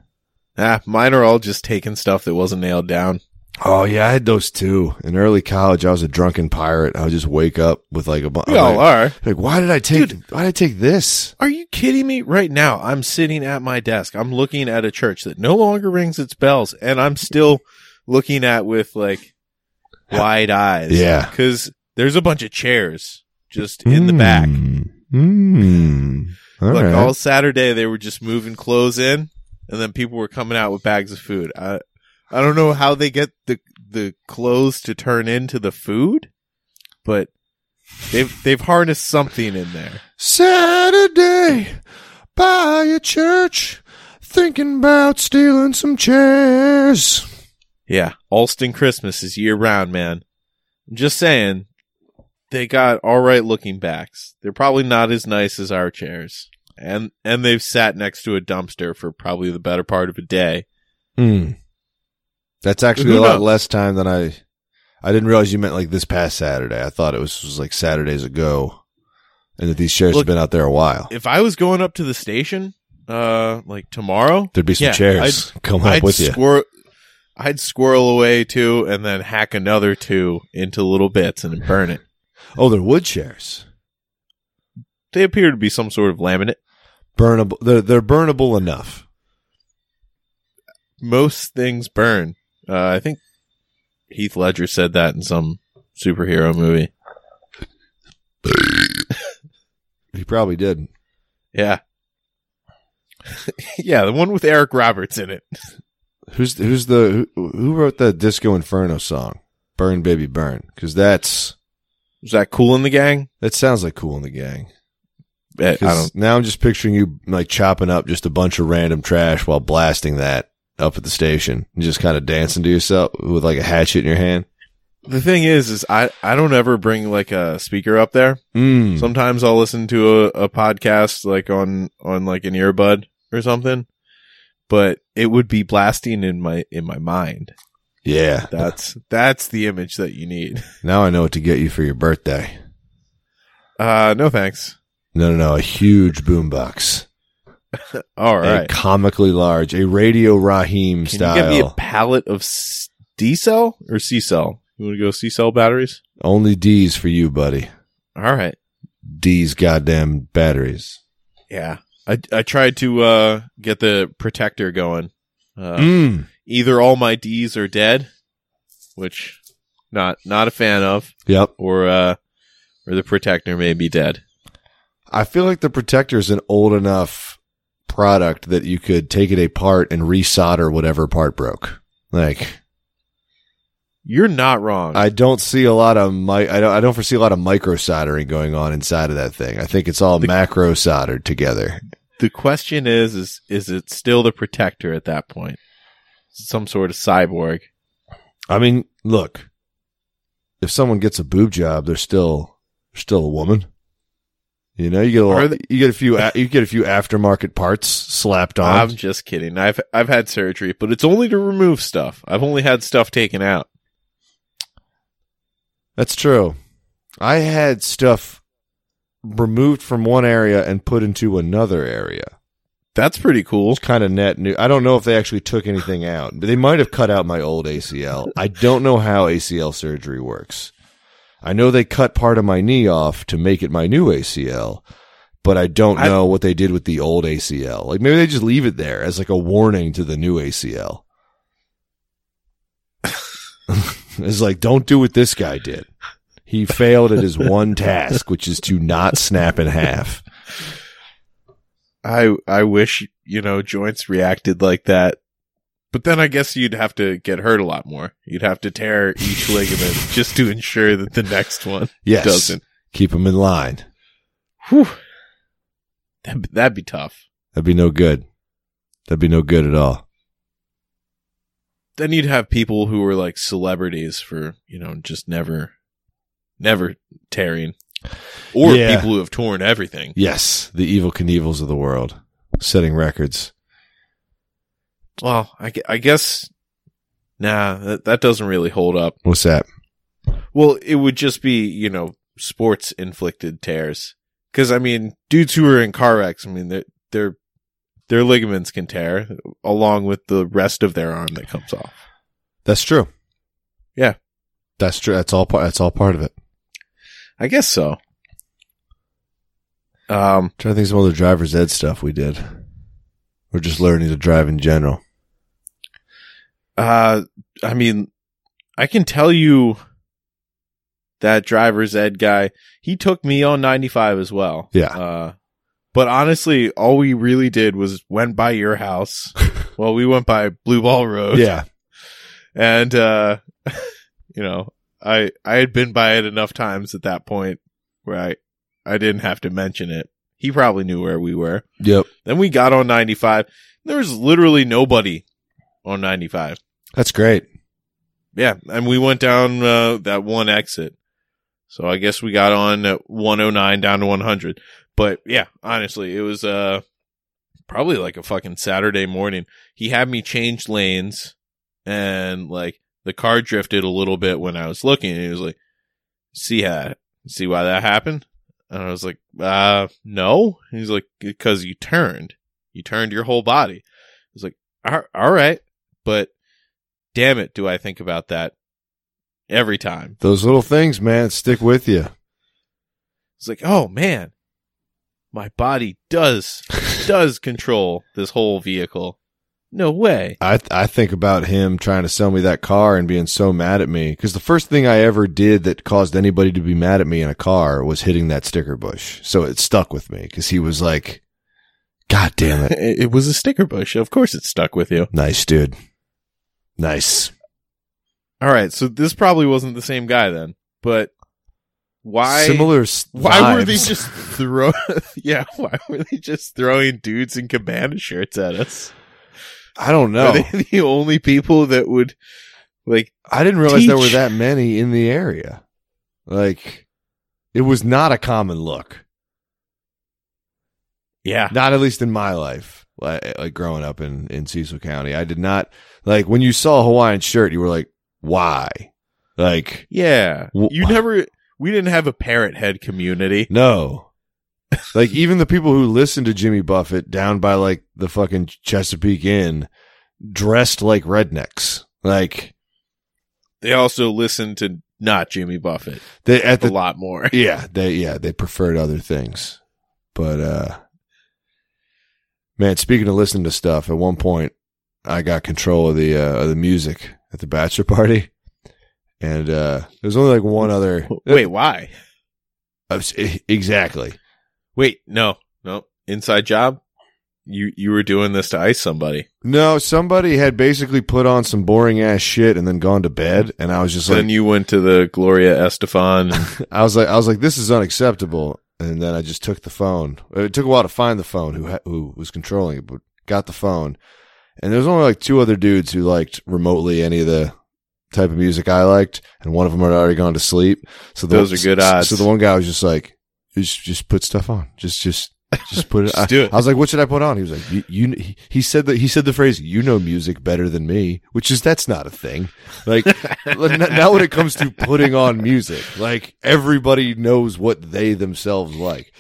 S1: ah, mine are all just taking stuff that wasn't nailed down.
S2: Oh yeah, I had those too. In early college, I was a drunken pirate. I would just wake up with like a bunch.
S1: We all
S2: like,
S1: are.
S2: like, why did I take?
S1: Dude.
S2: Why did I take this?
S1: Are you kidding me? Right now, I'm sitting at my desk. I'm looking at a church that no longer rings its bells, and I'm still looking at with like wide eyes.
S2: Yeah.
S1: Cause there's a bunch of chairs just in the back.
S2: Mm. All
S1: like
S2: right.
S1: all Saturday, they were just moving clothes in, and then people were coming out with bags of food. I I don't know how they get the the clothes to turn into the food, but they've they've harnessed something in there.
S2: Saturday by a church, thinking about stealing some chairs.
S1: Yeah, Alston Christmas is year round, man. I'm just saying, they got all right looking backs. They're probably not as nice as our chairs, and and they've sat next to a dumpster for probably the better part of a day.
S2: Mm. That's actually
S1: Hmm. Who
S2: a lot
S1: knows?
S2: less time than I. I didn't realize you meant like this past Saturday. I thought it was, was like Saturdays ago, and that these chairs
S1: Look-
S2: have been out there a while.
S1: If I was going up to the station, uh, like tomorrow,
S2: There'd be some
S1: yeah,
S2: chairs come up
S1: I'd
S2: with you.
S1: squir- I'd squirrel away two and then hack another two into little bits and then burn it.
S2: Oh, they're wood chairs.
S1: They appear to be some sort of laminate.
S2: Burnable. They're they're burnable enough.
S1: Most things burn. Uh, I think Heath Ledger said that in some superhero movie.
S2: He probably did.
S1: Yeah. yeah, the one with Eric Roberts in it.
S2: Who's who's the who, who wrote that Disco Inferno song? Burn, baby, burn. Because that's
S1: Was that cool in the gang?
S2: that sounds like cool in the gang.
S1: Eh, I
S2: 'Cause
S1: don't.
S2: now I'm just picturing you like chopping up just a bunch of random trash while blasting that up at the station and just kind of dancing to yourself with like a hatchet in your hand.
S1: The thing is, is I, I don't ever bring like a speaker up there.
S2: Mm.
S1: Sometimes I'll listen to a, a podcast like on on like an earbud or something, but it would be blasting in my in my mind.
S2: yeah.
S1: That's that's the image that you need.
S2: Now I know what to get you for your birthday.
S1: Uh no thanks.
S2: No, no, no. A huge boombox.
S1: All
S2: A
S1: right.
S2: comically large, a Radio Rahim
S1: Can
S2: style.
S1: you get me a pallet of s- D cell or C cell? You want to go C cell batteries?
S2: Only D's for you, buddy.
S1: All right.
S2: D's goddamn batteries.
S1: Yeah. I I tried to uh get the protector going. Uh,
S2: Mm.
S1: either all my D's are dead, which not not a fan of.
S2: Yep.
S1: or uh or the protector may be dead.
S2: I feel like the protector is an old enough product that you could take it apart and resolder whatever part broke. Like
S1: You're not wrong.
S2: I don't see a lot of mi- I don't I don't foresee a lot of micro soldering going on inside of that thing. I think it's all
S1: The-
S2: macro soldered together.
S1: the question is is is it still the protector at that point? Some sort of cyborg.
S2: I mean, look, if someone gets a boob job, they're still they're still a woman. You know, you get a
S1: Are
S2: lot,
S1: they-
S2: you get a few a- you get a few aftermarket parts slapped on.
S1: I'm just kidding. I've I've had surgery, but it's only to remove stuff. I've only had stuff taken out.
S2: That's true. I had stuff removed from one area and put into another area.
S1: That's pretty cool.
S2: It's kind of net new. I don't know if they actually took anything out, but they might have cut out my old ACL. I don't know how ACL surgery works. I know they cut part of my knee off to make it my new ACL, but I don't
S1: I-
S2: know what they did with the old ACL. Like maybe they just leave it there as like a warning to the new ACL. it's like don't do what this guy did. He failed at his one task, which is to not snap in half.
S1: I I wish, you know, joints reacted like that. But then I guess you'd have to get hurt a lot more. You'd have to tear each ligament just to ensure that the next one
S2: Yes.
S1: doesn't.
S2: Keep him in line.
S1: Whew. That'd, that'd be tough.
S2: That'd be no good. That'd be no good at all.
S1: then you'd have people who were like celebrities for you know just never never tearing or
S2: Yeah.
S1: people who have torn everything
S2: Yes, the evil Knievels of the world, setting records.
S1: well i, gue- I guess nah that, that doesn't really hold up
S2: What's that?
S1: well it would just be you know sports inflicted tears because i mean dudes who are in car wrecks i mean their their their ligaments can tear along with the rest of their arm that comes off
S2: That's true.
S1: Yeah.
S2: that's true. That's all part. That's all part of it.
S1: i guess so um
S2: trying to think of some other driver's ed stuff we did. We're just learning to drive in general.
S1: Uh, I mean, I can tell you that driver's ed guy. He took me on ninety five as well.
S2: Yeah.
S1: Uh, but honestly, all we really did was went by your house. well, we went by Blue Ball Road.
S2: Yeah.
S1: and uh you know i i had been by it enough times at that point where i i didn't have to mention it he probably knew where we were
S2: Yep.
S1: then we got on 95 there was literally nobody on 95
S2: That's great.
S1: yeah and we went down uh, that one exit so i guess we got on at 109 down to 100 but yeah honestly it was uh probably like a fucking saturday morning he had me change lanes and like the car drifted a little bit when i was looking and he was like see how see why that happened and i was like uh no And he's like because you turned you turned your whole body i was like "Ar- all right but damn it do i think about that every time
S2: Those little things, man, stick with you.
S1: it's like oh man my body does does control this whole vehicle no way
S2: I I think about him trying to sell me that car and being so mad at me because the first thing I ever did that caused anybody to be mad at me in a car was hitting that sticker bush. So it stuck with me because he was like, "God damn it,
S1: it it was a sticker bush of course it stuck with you
S2: nice dude, nice."
S1: all right so this probably wasn't the same guy then but why
S2: Similar. s-
S1: why were they
S2: vibes.
S1: just throw yeah why were they just throwing dudes in cabana shirts at us
S2: I don't
S1: are
S2: know.
S1: they the only people that would like
S2: I didn't realize there were
S1: Teach.
S2: that many in the area. Like, it was not a common look.
S1: yeah
S2: not at least in my life like, like growing up in in cecil county i did not like when you saw a hawaiian shirt you were like why like
S1: Yeah.
S2: Wh-
S1: you never we didn't have a parrot head community.
S2: no like even the people who listened to jimmy buffett down by like the fucking chesapeake inn dressed like rednecks like
S1: They also listened to not Jimmy Buffett
S2: they at
S1: a
S2: the
S1: lot more.
S2: yeah they yeah they preferred other things but uh man speaking of listening to stuff at one point i got control of the uh of the music at the bachelor party and uh there's only like one other
S1: Wait, why?
S2: Uh, exactly
S1: Wait, no. No. Inside job? You you were doing this to ice somebody.
S2: no somebody had basically put on some boring ass shit and then gone to bed and i was just like
S1: then you went to the Gloria Estefan and
S2: I was like, I was like, this is unacceptable. And then I just took the phone. It took a while to find the phone who ha- who was controlling it, but got the phone. And there was only like two other dudes who liked remotely any of the type of music I liked, and one of them had already gone to sleep. So the
S1: Those are good odds.
S2: So the one guy was just like, just just put stuff on, just just just put it.
S1: Just
S2: I,
S1: do it.
S2: I was like, what should I put on? He was like, you, you kn- he- he said that he said the phrase, you know music better than me, which is that's not a thing. Like N- now when it comes to putting on music like everybody knows what they themselves like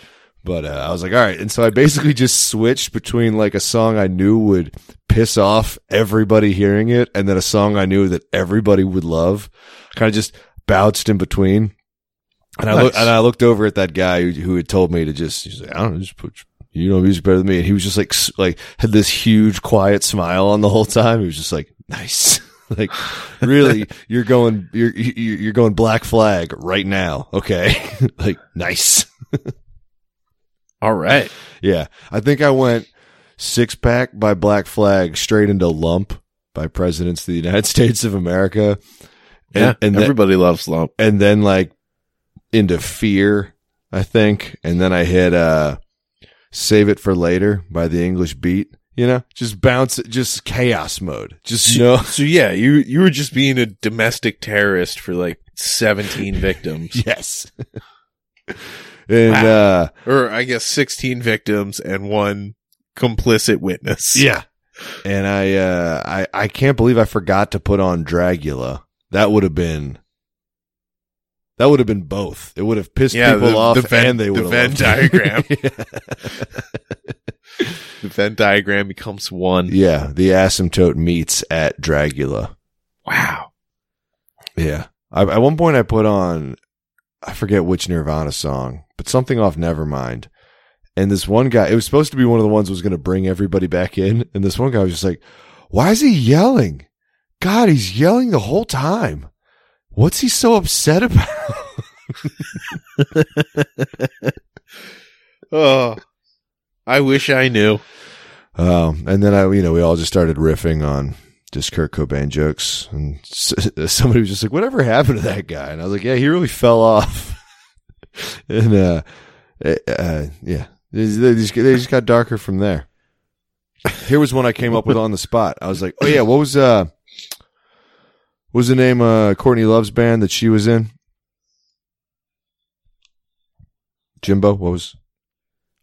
S2: but uh, i was like all right and so i basically just switched between like a song i knew would piss off everybody hearing it and then a song i knew that everybody would love kind of just bounced in between and I
S1: Nice.
S2: looked and I looked over at that guy who, who had told me to just he's like I don't know just put you know music better than me and he was just like s- like had this huge quiet smile on the whole time he was just like nice like really you're going you're you're you're going black flag right now okay like nice
S1: All right.
S2: yeah I think I went six pack by black flag straight into lump by presidents of the United States of America
S1: Yeah.
S2: and, and then-
S1: everybody loves lump.
S2: and then like into fear, I think, and then I hit uh save it for later by the English beat. You know, just bounce, just chaos mode, just no.
S1: So yeah, you you were just being a domestic terrorist for like 17 victims
S2: yes. and uh
S1: or I guess 16 victims and one complicit witness.
S2: yeah, and I uh I I can't believe I forgot to put on Dragula. That would have been. That would have been both. It would have pissed
S1: Yeah,
S2: people
S1: the-
S2: off,
S1: the Venn-
S2: and they
S1: the
S2: would
S1: Venn
S2: have loved it.
S1: diagram.
S2: Yeah.
S1: The Venn diagram becomes one.
S2: yeah, the asymptote meets at Dragula.
S1: Wow.
S2: Yeah. I, at one point, I put on, I forget which Nirvana song, but something off Nevermind. And this one guy, it was supposed to be one of the ones who was going to bring everybody back in. And this one guy was just like, why is he yelling? God, he's yelling the whole time. What's he so upset about?
S1: Oh, I wish I knew.
S2: Um, and then I, you know, we all just started riffing on just Kurt Cobain jokes, and s- somebody was just like, "Whatever happened to that guy?" And I was like, "Yeah, he really fell off." and uh, uh, uh, yeah, they just, they just- they just got darker from there. Here was one I came up with on the spot. I was like, "Oh yeah, what was uh, what was the name uh Courtney Love's band that she was in?" Jimbo, what was?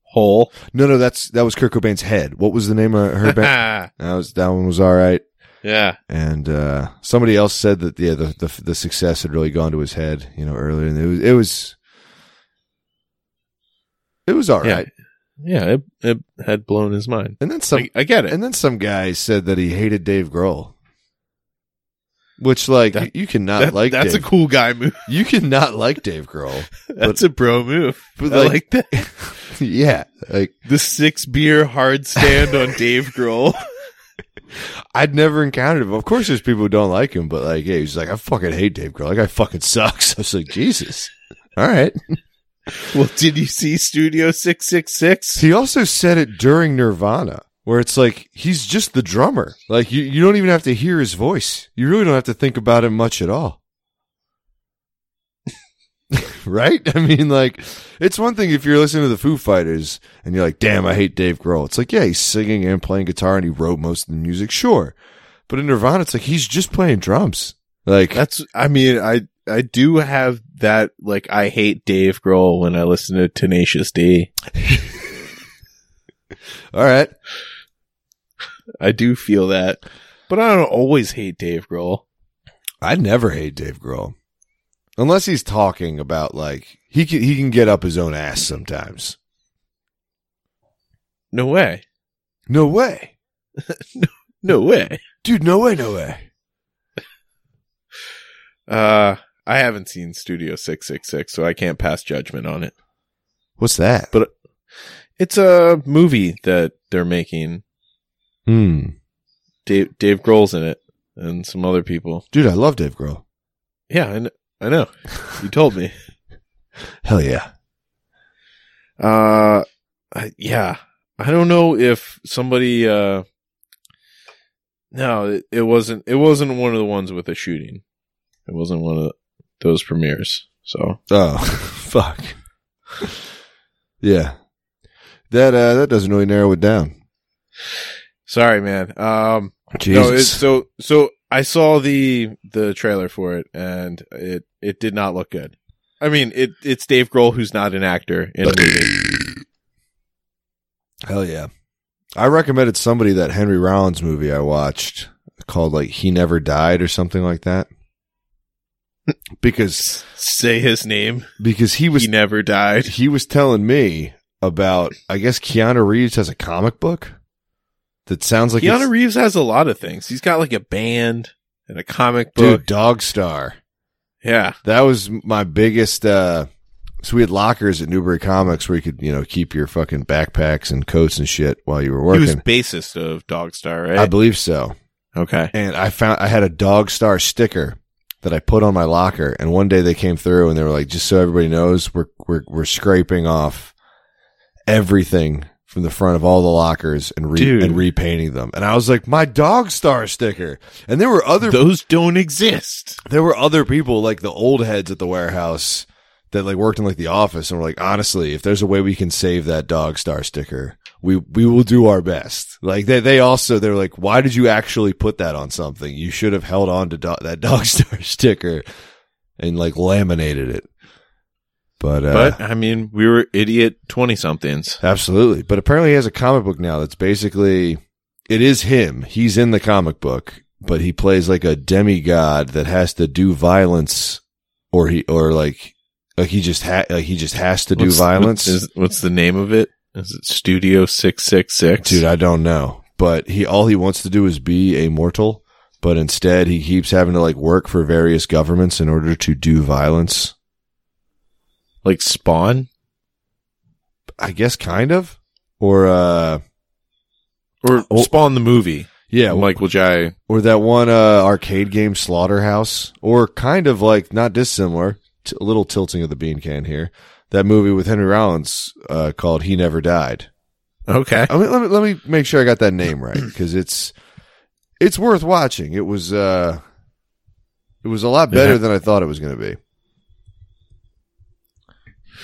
S1: Hole.
S2: No, no, that's that was Kurt Cobain's head. What was the name of her band? That was that one was all right.
S1: yeah.
S2: And uh, somebody else said that yeah, the, the the success had really gone to his head, you know, earlier, and it was it was it was all right.
S1: Yeah. Yeah. It, it had blown his mind.
S2: And then some,
S1: I, I get it.
S2: and then some guy said that he hated Dave Grohl, which like
S1: That-
S2: you cannot
S1: That-
S2: like
S1: that's
S2: Dave,
S1: a cool guy move.
S2: you cannot like Dave Grohl,
S1: That's a bro move.
S2: but
S1: I
S2: like,
S1: like that.
S2: yeah, like
S1: The six beer hard stand on Dave Grohl.
S2: I'd never encountered him. Of course, there's people who don't like him, but like yeah, he's like I fucking hate Dave Grohl. Like I fucking sucks. I was like Jesus, all right.
S1: Well, did you see Studio 666?
S2: He also said it during Nirvana, where it's like he's just the drummer. Like you, you don't even have to hear his voice. You really don't have to think about him much at all. right? I mean, like, it's one thing if you're listening to the Foo Fighters and you're like, damn, I hate Dave Grohl. It's like, yeah, he's singing and playing guitar and he wrote most of the music, sure. But in Nirvana, it's like he's just playing drums. Like,
S1: That's, I mean, I, I do have that, like, I hate Dave Grohl when I listen to Tenacious D.
S2: all right.
S1: I do feel that, but I don't always hate Dave Grohl.
S2: I never hate Dave Grohl, unless he's talking about like he can he can get up his own ass sometimes.
S1: No way.
S2: No way,
S1: No way.
S2: dude. No way, no way.
S1: Uh, I haven't seen Studio 666, so I can't pass judgment on it.
S2: What's that?
S1: But- It's a movie that they're making.
S2: Hmm.
S1: Dave, Dave Grohl's in it and some other people.
S2: dude, I love Dave Grohl.
S1: Yeah, I know. I know. You told me.
S2: Hell yeah.
S1: Uh, I- yeah. I don't know if somebody. Uh, no, it, it wasn't. It wasn't one of the ones with a shooting. It wasn't one of those premieres. So
S2: Oh, fuck. yeah, that uh, that doesn't really narrow it down.
S1: sorry, man. Um,
S2: Jesus.
S1: No, it's, so so I saw the the trailer for it, and it it did not look good. I mean, it it's Dave Grohl who's not an actor in a movie.
S2: Hell yeah. I recommended somebody that Henry Rollins movie I watched called like He Never Died or something like that. Because
S1: Say his name.
S2: because he was
S1: he never died.
S2: he was telling me about I guess Keanu Reeves has a comic book that sounds like
S1: Keanu
S2: it's,
S1: Reeves has a lot of things. He's got like a band and a comic book.
S2: dude Dog Star.
S1: Yeah,
S2: That was my biggest. uh So we had lockers at Newbury Comics where you could you know keep your fucking backpacks and coats and shit while you were
S1: he was
S2: working.
S1: bassist of Dogstar,
S2: I
S1: right?
S2: believe so.
S1: okay.
S2: And I found I had a Dog Star sticker that I put on my locker, and one day they came through and they were like, "Just so everybody knows, we're we're we're scraping off everything." From the front of all the lockers and re-
S1: Dude.
S2: and repainting them, and I was like, "My dog star sticker," and there were other
S1: Those don't exist.
S2: there were other people like the old heads at the warehouse that like worked in like the office and were like, honestly, if there's a way we can save that dog star sticker, we we will do our best. Like they they also they're like, why did you actually put that on something? You should have held on to do- that dog star sticker and like laminated it. But uh,
S1: but I mean, we were idiot twenty somethings.
S2: Absolutely. But apparently he has a comic book now that's basically it is him. He's in the comic book, but he plays like a demigod that has to do violence or he or like like he just ha- like he just has to do
S1: What's-
S2: violence.
S1: Is, what's the name of it? Is it Studio Six Six Six?
S2: Dude, I don't know. But he all he wants to do is be a mortal, but instead he keeps having to like work for various governments in order to do violence.
S1: like Spawn.
S2: I guess kind of or uh
S1: or
S2: Oh.
S1: Uh, Spawn the movie.
S2: Yeah,
S1: Michael Jai.
S2: or that one uh, arcade game Slaughterhouse, or kind of like not dissimilar, t- a little tilting of the bean can here. That movie with Henry Rollins uh, called "He Never Died."
S1: Okay.
S2: I mean, let me let me make sure I got that name right because it's it's worth watching. It was uh, it was a lot better
S1: Yeah.
S2: than I thought it was going to be.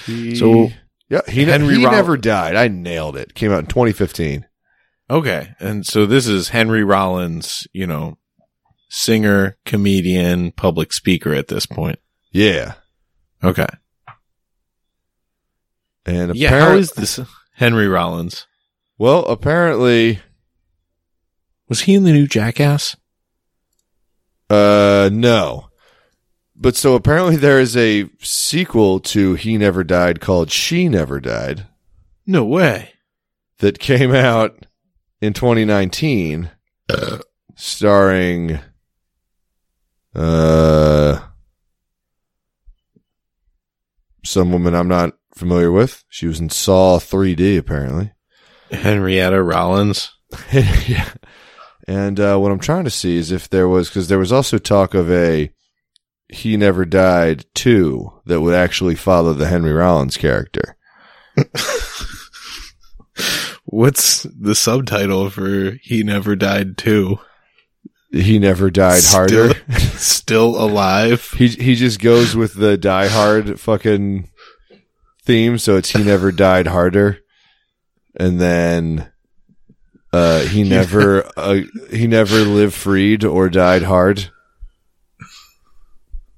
S2: He-
S1: So-
S2: yeah, he, ne-
S1: Henry
S2: he
S1: Roll-
S2: never died. I nailed it. Came out in 2015.
S1: Okay. And so this is Henry Rollins, you know, singer, comedian, public speaker at this point.
S2: Yeah,
S1: Okay.
S2: and
S1: yeah. How
S2: apparent-
S1: is this Henry Rollins?
S2: well, apparently.
S1: Was he in the new Jackass?
S2: Uh, no. But so apparently there is a sequel to He Never Died called She Never Died
S1: No way.
S2: that came out in 2019, starring uh some woman I'm not familiar with. She was in Saw 3D apparently.
S1: Henrietta Rollins.
S2: yeah. And uh, what I'm trying to see is if there was, because there was also talk of a He Never Died 2 that would actually follow the Henry Rollins character.
S1: What's the subtitle for He Never Died Too?
S2: He Never Died Harder.
S1: Still, still alive.
S2: He, he just goes with the Die Hard fucking theme. So it's He Never Died Harder. And then. Uh, he never, uh, he never lived freed or died hard.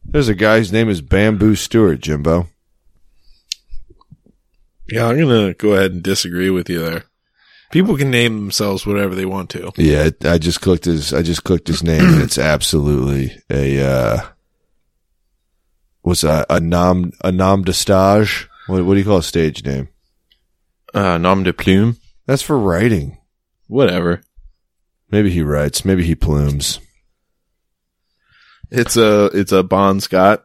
S2: There's a guy whose name is Bamboo Stewart, Jimbo.
S1: Yeah, I'm gonna go ahead and disagree with you there. People can name themselves whatever they want to.
S2: Yeah, it- I just clicked his. I just clicked his name, and it's absolutely a uh, was a, a nom a nom de stage. What, what do you call a stage name?
S1: Uh, nom de plume.
S2: That's for writing.
S1: Whatever.
S2: Maybe he writes. Maybe he plumes.
S1: It's a it's a Bon Scott.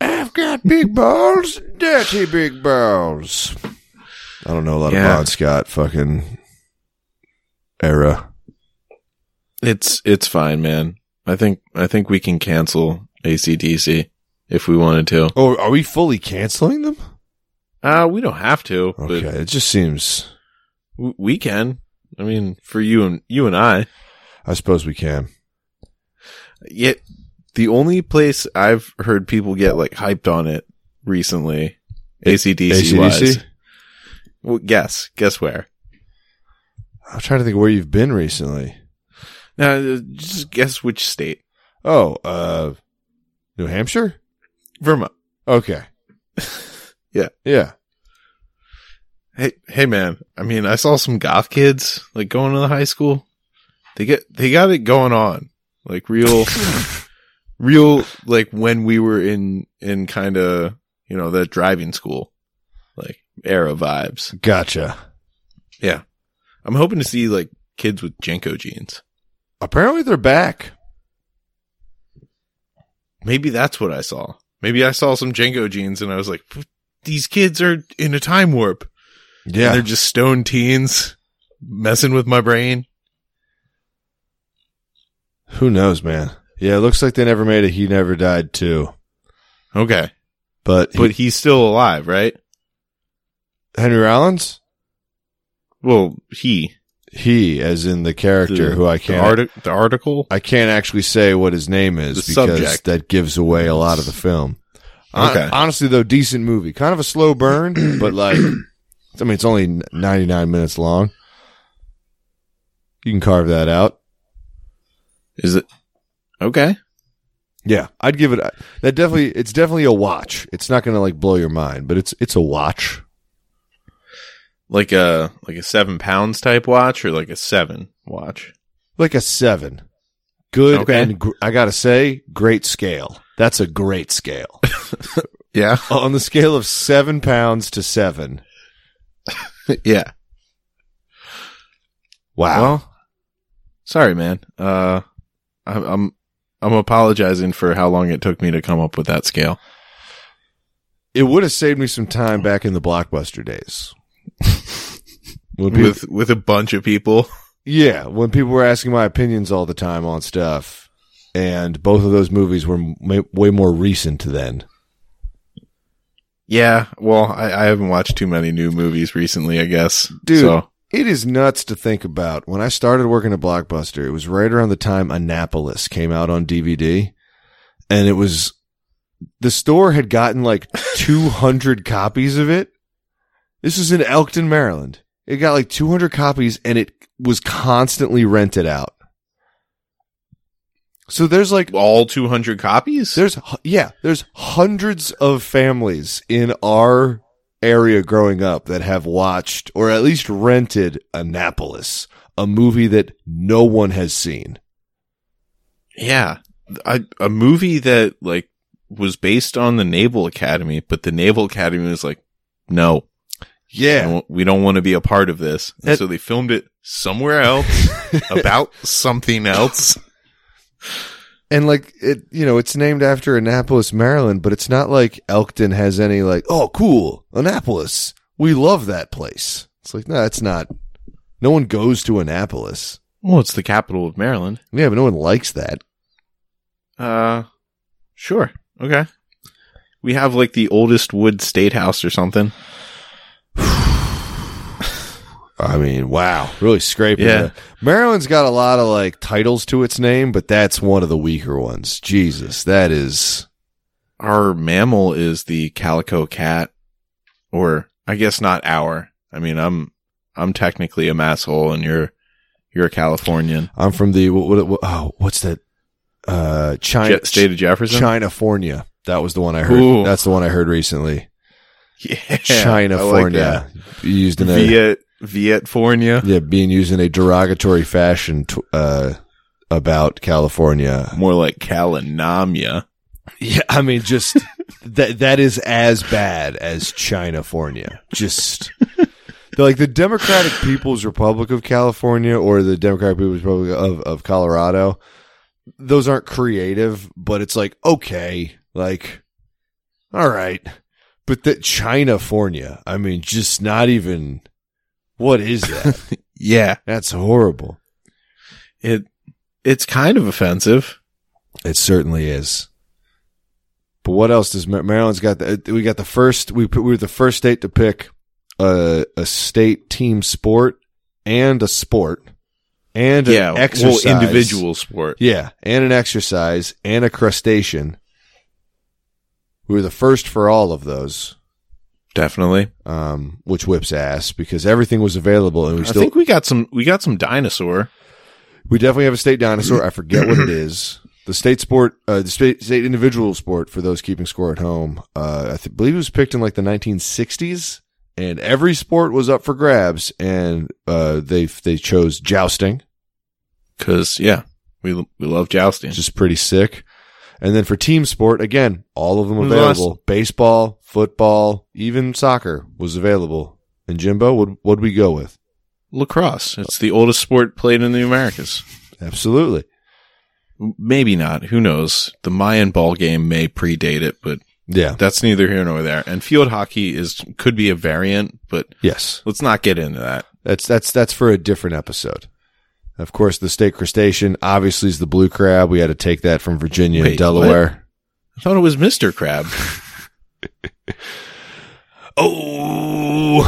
S2: I've got big balls, dirty big balls. I don't know a lot
S1: Yeah.
S2: of Bon Scott fucking era.
S1: It's it's fine, man. I think I think we can cancel ACDC if we wanted to.
S2: Oh, are we fully canceling them?
S1: Uh we don't have to, but
S2: Okay, it just seems.
S1: w- we can. I mean, for you and you and I.
S2: I suppose we can.
S1: Yet the only place I've heard people get like hyped on it recently, ACDC,
S2: AC/DC?
S1: wise. Well, guess guess where?
S2: I'm trying to think where you've been recently.
S1: Now uh, just guess which state.
S2: Oh, uh, New Hampshire?
S1: Vermont.
S2: Okay.
S1: Yeah.
S2: Yeah.
S1: Hey, hey, man. I mean, I saw some goth kids like going to the high school. They get they got it going on, like real, real. Like when we were in in kind of you know that driving school, like era vibes.
S2: Gotcha.
S1: I'm hoping to see like kids with Jenko jeans.
S2: Apparently they're back.
S1: Maybe that's what I saw. Maybe I saw some Jenko jeans and I was like, these kids are in a time warp. And
S2: Yeah.
S1: they're just stone teens messing with my brain.
S2: Who knows, man? Yeah, it looks like they never made a He Never Died too.
S1: Okay,
S2: But,
S1: but he's still alive, right?
S2: Henry Rollins?
S1: Well, he
S2: He, as in the character
S1: The-
S2: who I
S1: the,
S2: can't
S1: arti- the article.
S2: I can't actually say what his name is
S1: The
S2: because
S1: subject.
S2: that gives away a lot of the film. Hon-
S1: Okay.
S2: honestly, though, decent movie. Kind of a slow burn, but like, I mean, it's only 99 minutes long. You can carve that out.
S1: Is it okay?
S2: Yeah, I'd give it. That definitely, it's definitely a watch. It's not going to like blow your mind, but it's it's a watch.
S1: Like a like a seven pounds type watch or like a seven watch?
S2: Like a seven, good
S1: Okay.
S2: and gr- I gotta say, great scale. That's a great scale
S1: Yeah,
S2: on the scale of seven pounds to seven.
S1: yeah.
S2: Wow.
S1: Well, sorry, man. Uh, I'm I'm I'm apologizing for how long it took me to come up with that scale.
S2: It would have saved me some time back in the blockbuster days. Would be-
S1: with with a bunch of people.
S2: Yeah, when people were asking my opinions all the time on stuff, and both of those movies were m- way more recent then.
S1: Yeah, well, I, I haven't watched too many new movies recently, I guess.
S2: Dude.
S1: So,
S2: It is nuts to think about. When I started working at Blockbuster, it was right around the time Annapolis came out on DVD, and it was the store had gotten like 200 copies of it. This is in Elkton, Maryland. It got like 200 copies and it was constantly rented out. So there's like
S1: all 200 copies?
S2: There's hu- yeah, there's hundreds of families in our area growing up that have watched or at least rented Annapolis, a movie that no one has seen.
S1: Yeah. I, a movie that like was based on the Naval Academy, but the Naval Academy was like, no, we
S2: Yeah.
S1: don't- we don't want to be a part of this. And
S2: That-
S1: so they filmed it somewhere else about something else.
S2: And like it, you know, it's named after Annapolis, Maryland, but it's not like Elkton has any like, oh cool, Annapolis. We love that place. It's like, no, that's not no one goes to Annapolis.
S1: Well, it's the capital of Maryland.
S2: Yeah, but no one likes that.
S1: Uh, sure. Okay. We have like the oldest wood state house or something.
S2: I mean, wow, really scraping.
S1: Yeah.
S2: the- Maryland's got a lot of like titles to its name, but that's one of the weaker ones. Jesus, that is
S1: Our mammal is the calico cat, or I guess not our. I mean, I'm, I'm technically a masshole and you're, you're a Californian.
S2: I'm from the what, what, what oh, what's that? Uh China
S1: Je- state of Jefferson.
S2: Chinafornia. That was the one I heard.
S1: Ooh.
S2: That's the one I heard recently.
S1: yeah. I like that.
S2: Chinafornia. used in a
S1: Viet, Vietfornia.
S2: yeah, being used in a derogatory fashion t- uh about California.
S1: More like Calinamia.
S2: Yeah, I mean, just that that is as bad as Chinafornia. Just like the Democratic People's Republic of California or the Democratic People's Republic of, of Colorado, those aren't creative, but it's like, okay, like, all right. But that Chinafornia, I mean, just not even, what is that?
S1: Yeah.
S2: That's horrible.
S1: It, it's kind of offensive.
S2: It certainly is. But what else does Mar- Maryland's got? The, uh, we got the first. We put, we were the first state to pick a a state team sport and a sport and
S1: yeah.
S2: an exercise.
S1: Well, individual sport.
S2: Yeah, and an exercise and a crustacean. We were the first for all of those,
S1: Definitely.
S2: um, which whips ass because everything was available and we
S1: I
S2: still
S1: think we got some, we got some dinosaur.
S2: We definitely have a state dinosaur. I forget what it is. The state sport, uh, the state, state individual sport for those keeping score at home. Uh, I th- believe it was picked in like the 1960s, and every sport was up for grabs, and uh, they they chose jousting,
S1: Cause yeah, we, we love jousting.
S2: which is pretty sick. And then for team sport, again, all of them
S1: Who's the last-
S2: available. Baseball, football, even soccer was available. And Jimbo, what would we go with?
S1: Lacrosse. It's the oldest sport played in the Americas.
S2: Absolutely.
S1: Maybe not. Who knows? The Mayan ball game may predate it, but
S2: Yeah.
S1: that's neither here nor there. And field hockey is could be a variant, but
S2: Yes.
S1: let's not get into that.
S2: That's that's that's for a different episode. Of course, the state crustacean obviously is the blue crab. We had to take that from Virginia
S1: Wait,
S2: and Delaware.
S1: I thought it was Mr. Crab.
S2: Oh,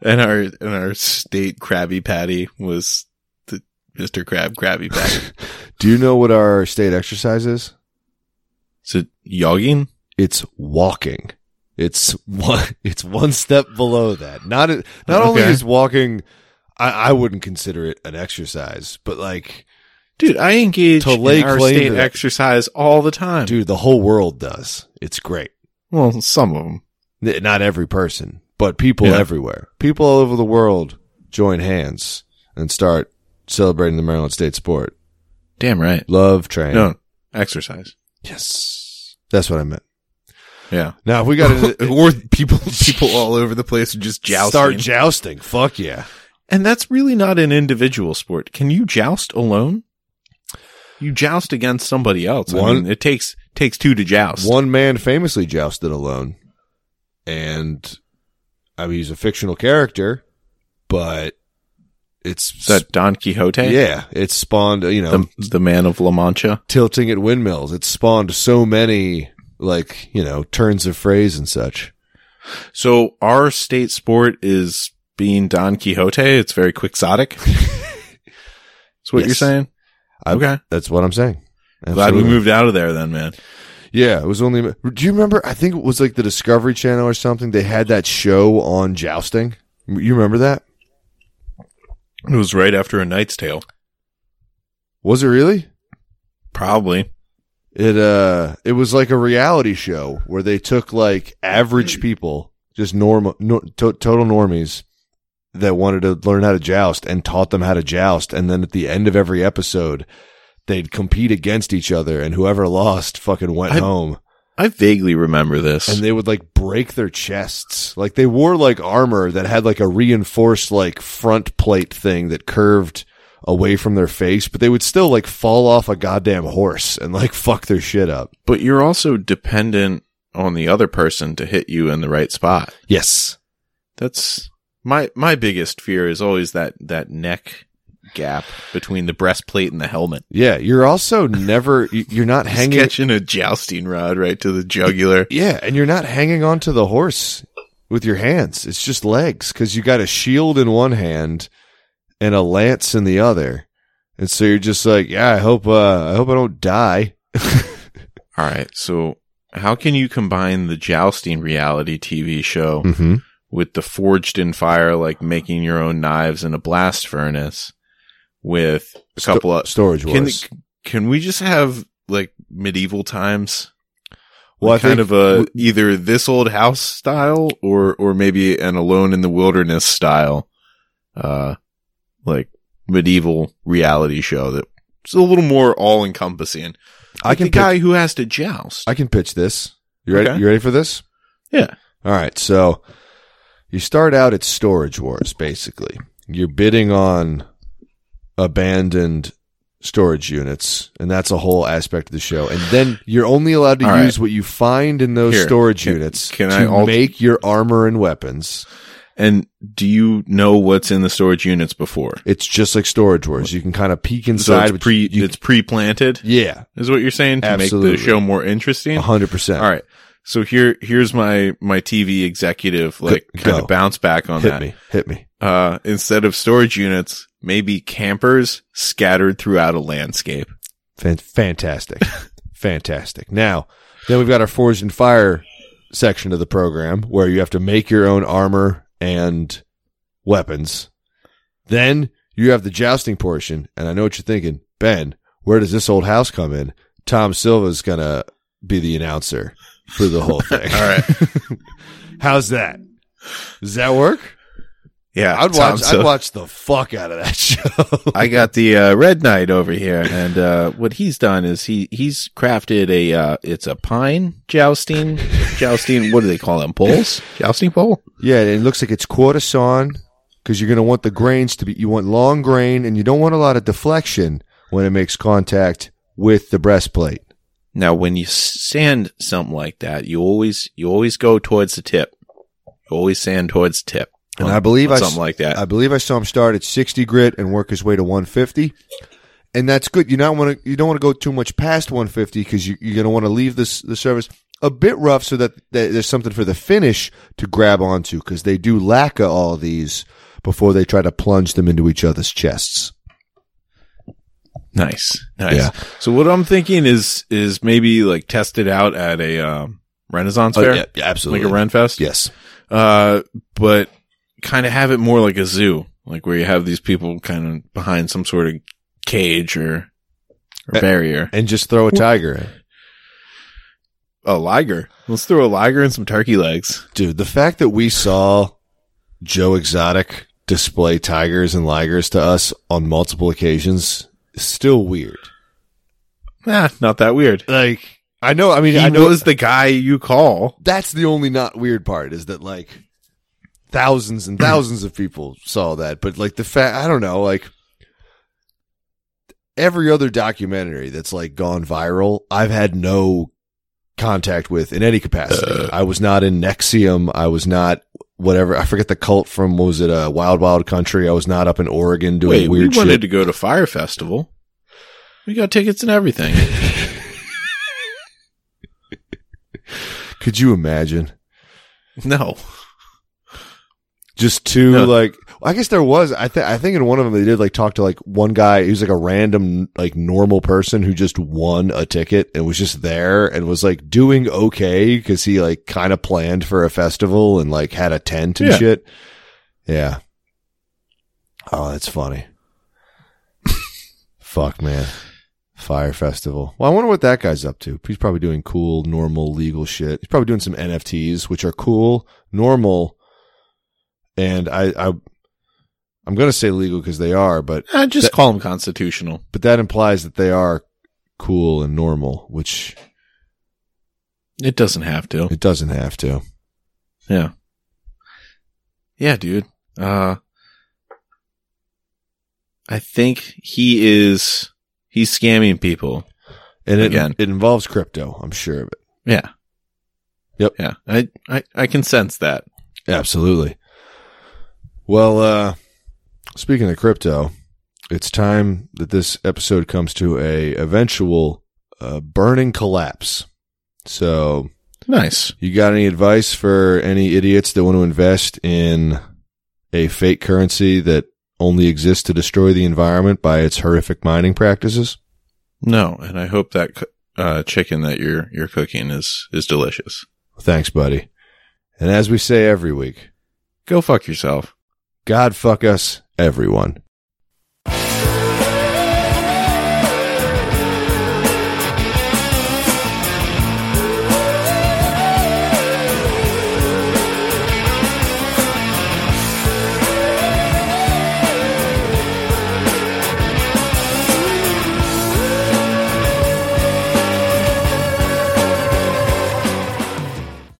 S1: and our and our state Krabby Patty was the Mr. Crab Krabby Patty.
S2: do you know what our state exercise is?
S1: is it yogging?
S2: It's walking. It's one. It's one step below that. Not not only
S1: Okay.
S2: is walking. I, I wouldn't consider it an exercise, but like,
S1: Dude, I engage
S2: To lay
S1: in our
S2: claim
S1: state
S2: to that.
S1: exercise all the time.
S2: dude, the whole world does. It's great.
S1: Well, some of them.
S2: N- not every person, but people
S1: Yeah.
S2: everywhere. People all over the world join hands and start celebrating the Maryland state sport.
S1: Damn right.
S2: Love train.
S1: No, exercise.
S2: Yes. That's what I meant.
S1: Yeah.
S2: Now, if we got to
S1: or people people all over the place are just jousting.
S2: start jousting, fuck yeah.
S1: and that's really not an individual sport. Can you joust alone? You joust against somebody else. I
S2: One-
S1: mean, it takes takes two to joust.
S2: One man famously jousted alone. And I mean, he's a fictional character, but it's
S1: Is that Don Quixote?
S2: yeah, it spawned you know
S1: The, the man of La Mancha.
S2: tilting at windmills. It spawned so many like you know turns of phrase and such.
S1: So our state sport is being Don Quixote. It's very quixotic. That's what
S2: Yes.
S1: you're saying.
S2: I-
S1: okay.
S2: That's what I'm saying.
S1: Glad we
S2: Absolutely.
S1: moved out of there then, man.
S2: Yeah, it was only. Do you remember? I think it was like the Discovery Channel or something. They had that show on jousting. You remember that?
S1: It was right after A Knight's Tale.
S2: Was it really?
S1: Probably.
S2: It uh, it was like a reality show where they took like average people, just normal, no, to- total normies that wanted to learn how to joust and taught them how to joust, and then at the end of every episode, they'd compete against each other, and whoever lost fucking went
S1: I-
S2: home.
S1: I vaguely remember this.
S2: and they would like break their chests. Like they wore like armor that had like a reinforced like front plate thing that curved away from their face, but they would still like fall off a goddamn horse and like fuck their shit up.
S1: but you're also dependent on the other person to hit you in the right spot.
S2: Yes.
S1: That's my my biggest fear is always that that neck gap between the breastplate and the helmet.
S2: Yeah, you're also never you- you're not
S1: Just
S2: hanging
S1: catching a jousting rod right to the jugular.
S2: Yeah, and you're not hanging onto the horse with your hands. It's just legs because you got a shield in one hand and a lance in the other. And so you're just like, yeah, I hope uh I hope I don't die.
S1: All right, so how can you combine the jousting reality TV show
S2: Mm-hmm.
S1: with the forged in fire, like making your own knives in a blast furnace, with a
S2: Sto-
S1: couple of
S2: storage
S1: can
S2: wars.
S1: can we just have like medieval times?
S2: well, I
S1: kind
S2: think
S1: of a either this old house style or or maybe an alone in the wilderness style, uh, like medieval reality show that's a little more all encompassing.
S2: I can
S1: the
S2: pitch,
S1: guy who has to joust.
S2: I can pitch this. You ready?
S1: Okay.
S2: You ready for this?
S1: Yeah.
S2: All right. So you start out at storage wars. Basically, you're bidding on abandoned storage units, and that's a whole aspect of the show. And then you're only allowed to
S1: All
S2: use what you find in those
S1: Here,
S2: storage
S1: can-
S2: units
S1: can
S2: to
S1: I al-
S2: make your armor and weapons.
S1: and do you know what's in the storage units before?
S2: It's just like storage wars. You can kind of peek inside.
S1: so
S2: but
S1: it's pre
S2: you-
S1: it's pre planted
S2: yeah,
S1: is what you're saying to
S2: Absolutely.
S1: make the show more interesting.
S2: hundred percent.
S1: All right. So here here's my my TV executive like
S2: Go-
S1: kind
S2: go.
S1: of bounce back on
S2: hit
S1: that.
S2: me, hit me.
S1: uh, instead of storage units, maybe campers scattered throughout a landscape.
S2: Fan- fantastic. fantastic. Now, then we've got our Forge and Fire section of the program where you have to make your own armor and weapons. Then you have the jousting portion, and I know what you're thinking, Ben, where does this old house come in? Tom Silva's going to be the announcer for the whole thing.
S1: All right.
S2: How's that? Does that work?
S1: Yeah.
S2: I'd
S1: Tom
S2: watch
S1: Sil-
S2: I'd watch the fuck out of that show.
S1: I got the uh, Red Knight over here, and uh, what he's done is he he's crafted a uh, it's a pine jousting jousting. What do they call them? Poles? Jousting pole?
S2: Yeah, and it looks like it's cortisone because you're going to want the grains to be, you want long grain and you don't want a lot of deflection when it makes contact with the breastplate.
S1: Now, when you sand something like that, you always you always go towards the tip. You always sand towards the tip.
S2: And
S1: on-
S2: I believe
S1: on
S2: I s-
S1: something like that.
S2: I believe I saw him start at 60 grit and work his way to 150. And that's good. You not want to you don't want to go too much past 150 because you, you're going to want to leave this the service a bit rough so that, that there's something for the finish to grab onto because they do lacquer all these before they try to plunge them into each other's chests.
S1: Nice, nice.
S2: Yeah.
S1: So what I'm thinking is is maybe like test it out at a um, Renaissance fair, like a Renfest.
S2: Yes.
S1: Uh, but kind of have it more like a zoo, like where you have these people kind of behind some sort of cage or or
S2: Uh,
S1: barrier.
S2: and just throw a tiger in.
S1: A liger. Let's throw a liger and some turkey legs.
S2: Dude, the fact that we saw Joe Exotic display tigers and ligers to us on multiple occasions is still weird.
S1: Nah, not that weird.
S2: Like, I know, I mean,
S1: He
S2: I know
S1: was the guy you call.
S2: that's the only not weird part is that, like, thousands and thousands of people saw that. But, like, the fact, I don't know, like, every other documentary that's, like, gone viral, I've had
S1: Uh.
S2: no contact with in any capacity. I was not in Nexium. I was not whatever. I forget the cult from what was it? Uh, Wild Wild Country. I was not up in Oregon doing
S1: Wait,
S2: weird
S1: we wanted
S2: shit.
S1: to go to Fire Festival. We got tickets and everything.
S2: Could you imagine?
S1: no.
S2: Just two
S1: No.
S2: like I guess there was I think I think in one of them they did like talk to like one guy who's like a random like normal person who just won a ticket and was just there and was like doing okay because he like kind of planned for a festival and like had a tent and
S1: Yeah.
S2: shit. Yeah. Oh, that's funny. Fuck man, fire festival. Well, I wonder what that guy's up to. He's probably doing cool, normal, legal shit. He's probably doing some NFTs, which are cool, normal and I, I I'm going to say legal because they are, but
S1: Uh, just call them constitutional.
S2: but that implies that they are cool and normal, which
S1: It doesn't have to.
S2: it doesn't have to.
S1: Yeah. Yeah, dude. Uh, I think he is, he's scamming people.
S2: And it,
S1: Again.
S2: it involves crypto, I'm sure of it.
S1: Yeah.
S2: Yep.
S1: Yeah. I, I, I can sense that.
S2: Absolutely. Well, uh speaking of crypto, it's time that this episode comes to a eventual uh, burning collapse. So,
S1: Nice.
S2: You got any advice for any idiots that want to invest in a fake currency that only exists to destroy the environment by its horrific mining practices?
S1: No. And I hope that, co- uh, chicken that you're, you're cooking is, is delicious.
S2: Thanks, buddy. And as we say every week,
S1: Go fuck yourself.
S2: God fuck us, everyone.